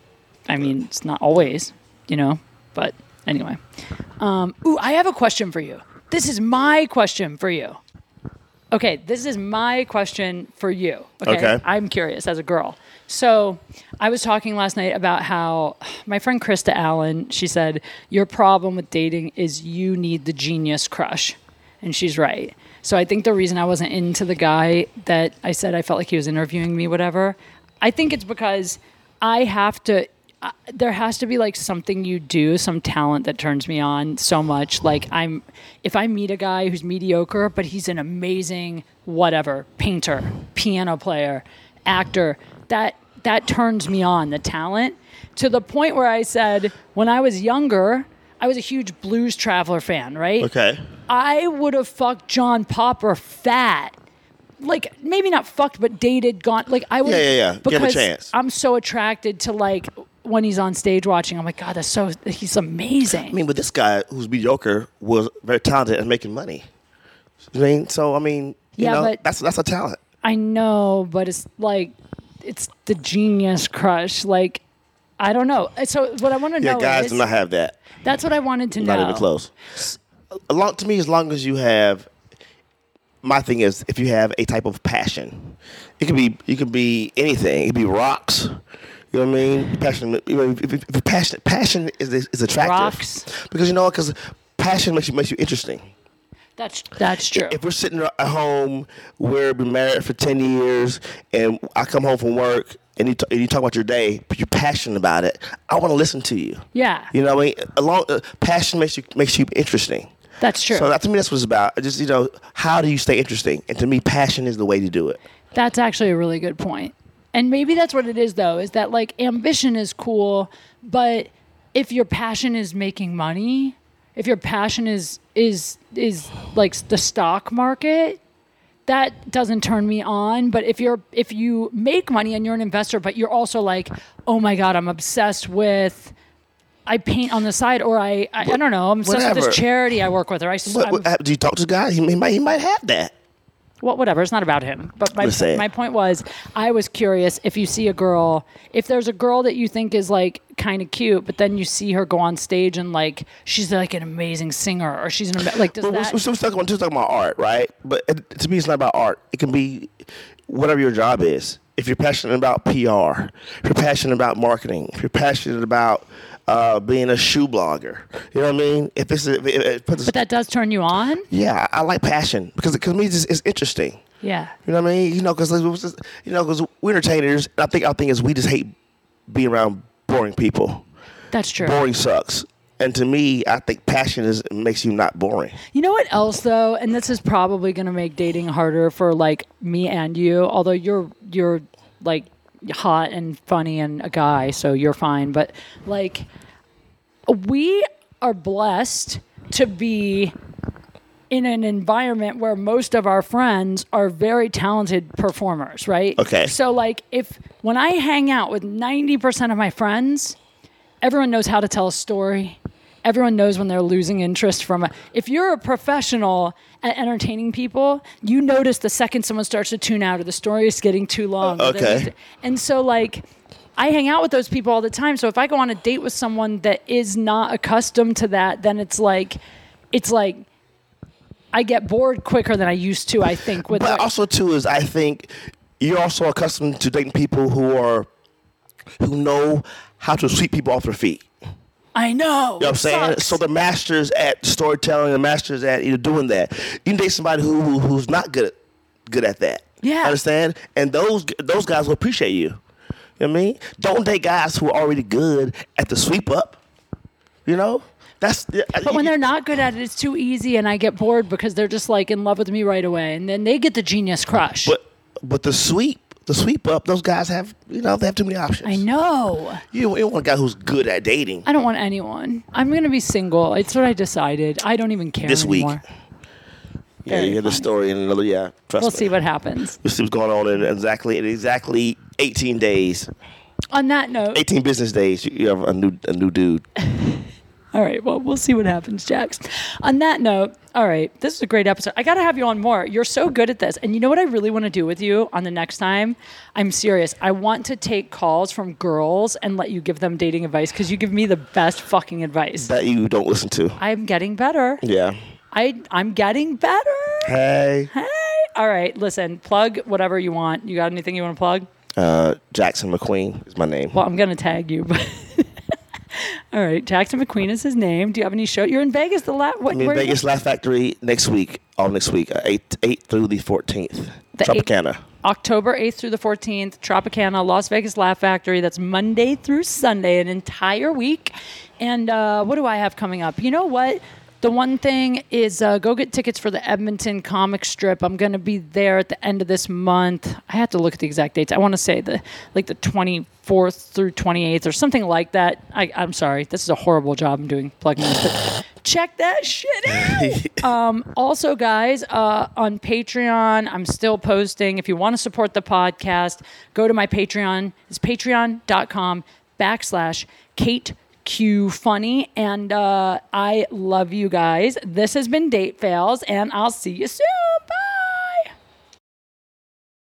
S9: I mean, it's not always, you know, but anyway. Um, ooh, I have a question for you. This is my question for you. Okay, this is my question for you. Okay.
S10: Okay.
S9: I'm curious as a girl. So, I was talking last night about how my friend Krista Allen, she said, Your problem with dating is you need the genius crush. And she's right. So, I think the reason I wasn't into the guy that I said I felt like he was interviewing me, whatever, I think it's because I have to. I- There has to be like something you do, some talent that turns me on so much. Like I'm, if I meet a guy who's mediocre but he's an amazing whatever painter, piano player, actor, that that turns me on the talent to the point where I said when I was younger, I was a huge blues traveler fan, right?
S10: Okay.
S9: I would have fucked John Popper fat. Like maybe not fucked, but dated, gone. Like I would.
S10: Yeah, yeah, yeah. Give him a
S9: because
S10: chance.
S9: I'm so attracted to like when he's on stage watching. I'm like, God, that's so. He's amazing.
S10: I mean, but this guy who's mediocre was very talented and making money. I mean, so I mean, you
S9: Yeah,
S10: know,
S9: but-
S10: that's that's a talent.
S9: I know, but it's like it's the genius crush. Like I don't know. So what I want to
S10: Yeah,
S9: know
S10: guys
S9: is
S10: do not have that.
S9: that's what I wanted to
S10: Not
S9: know.
S10: even close. A lot to me, as long as you have, my thing is if you have a type of passion, it could be it could be anything. It could be rocks. You know what I mean? Passion. You know, if, if, if passion, passion is is attractive.
S9: Rocks.
S10: Because you know, because passion makes you makes you interesting.
S9: That's that's true.
S10: If we're sitting at home, we're been married for ten years, and I come home from work, and you, t- and you talk about your day, but you're passionate about it. I want to listen to you.
S9: Yeah.
S10: You know, what I mean, along uh, passion makes you makes you interesting.
S9: That's true.
S10: So that, to me, that's what it's about. Just you know, how do you stay interesting? And to me, passion is the way to do it.
S9: That's actually a really good point. And maybe that's what it is though, is that like ambition is cool, but if your passion is making money, if your passion is is is like the stock market, that doesn't turn me on. But if you're if you make money and you're an investor, but you're also like, oh my god, I'm obsessed with. I paint on the side, or I, I, I don't know. I'm obsessed with
S10: whatever.
S9: this charity I work with, or I. s-
S10: But,
S9: I'm-
S10: but, uh, do you talk to God? He, may- he might he might have that.
S9: well, whatever. It's not about him. But my,
S10: Just saying.
S9: my point was, I was curious if you see a girl, if there's a girl that you think is like kind of cute, but then you see her go on stage and like she's like an amazing singer or she's an ama- like does
S10: We're,
S9: that
S10: we're, we're talking about, just talking about art, right? But it, to me, it's not about art. It can be whatever your job is. If you're passionate about PR, if you're passionate about marketing, if you're passionate about uh, being a shoe blogger, you know what I mean? If it's a, if it, it puts a,
S9: but that does turn you on?
S10: yeah, I, I like passion because because me it's, just- it's interesting.
S9: Yeah.
S10: You know what I mean? You know, because you know, 'cause we're entertainers. I think our thing is we just hate being around boring people.
S9: That's true.
S10: Boring sucks. And to me, I think passion is makes you not boring.
S9: You know what else though, and this is probably gonna make dating harder for like me and you. Although you're you're like hot and funny and a guy, so you're fine. But like, we are blessed to be in an environment where most of our friends are very talented performers, right?
S10: Okay.
S9: So like, if when I hang out with ninety percent of my friends, everyone knows how to tell a story. Everyone knows when they're losing interest from a. If you're a professional at entertaining people, you notice the second someone starts to tune out or the story is getting too long. or they
S10: Oh, Okay.
S9: lose it. And so, like, I hang out with those people all the time. So if I go on a date with someone that is not accustomed to that, then it's like, it's like, I get bored quicker than I used to. I think with
S10: but also too is I think you're also accustomed to dating people who are who know how to sweep people off their feet. You
S9: I know.
S10: know what I'm
S9: it
S10: saying?
S9: sucks.
S10: So the masters at storytelling, the masters at you know doing that. You can date somebody who, who who's not good good at that.
S9: Yeah.
S10: Understand? And those those guys will appreciate you. You know what I mean? Don't date guys who are already good at the sweep up. You know? That's
S9: But when they're not good at it, it's too easy, and I get bored because they're just like in love with me right away, and then they get the genius crush.
S10: but but the sweep the sweep up, those guys have you know, they have too many options.
S9: I know.
S10: You, you want a guy who's good at dating.
S9: I don't want anyone. I'm gonna be single. It's what I decided. I don't even care
S10: This week.
S9: anymore.
S10: Yeah, you hear the story in another. Yeah, trust
S9: We'll
S10: me.
S9: see what happens.
S10: We'll see what's going on in exactly in exactly 18 days,
S9: On that note,
S10: 18 business days. You you have a new a new dude.
S9: all right. Well, we'll see what happens, Jax. On that note, all right. This is a great episode. I gotta have you on more. You're so good at this, and you know what I really want to do with you on the next time. I'm serious. I want to take calls from girls and let you give them dating advice because you give me the best fucking advice.
S10: that you don't listen to.
S9: I'm getting better.
S10: Yeah.
S9: I I'm getting better.
S10: Hey.
S9: All right, listen, plug whatever you want. You got anything you want to plug?
S10: Uh, Jackson McQueen is my name.
S9: Well, I'm gonna tag you. But All right, Jackson McQueen is his name. Do you have any show? You're in Vegas the last. What?
S10: I'm in
S9: where-
S10: Vegas Laugh Factory next week, all next week, uh, 8, 8 through the 14th.
S9: The eight-
S10: Tropicana.
S9: October 8th through the 14th, Tropicana, Las Vegas Laugh Factory. That's Monday through Sunday, an entire week. And uh, what do I have coming up? You know what? The one thing is uh, go get tickets for the Edmonton comic strip. I'm going to be there at the end of this month. I have to look at the exact dates. I want to say the like the 24th through 28th or something like that. I, I'm sorry. This is a horrible job I'm doing plugging this. but check that shit out. um, also, guys, uh, on Patreon, I'm still posting. If you want to support the podcast, go to my Patreon. It's patreon.com backslash Kate Q Funny. And uh, I love you guys. This has been Date Fails, and I'll see you soon.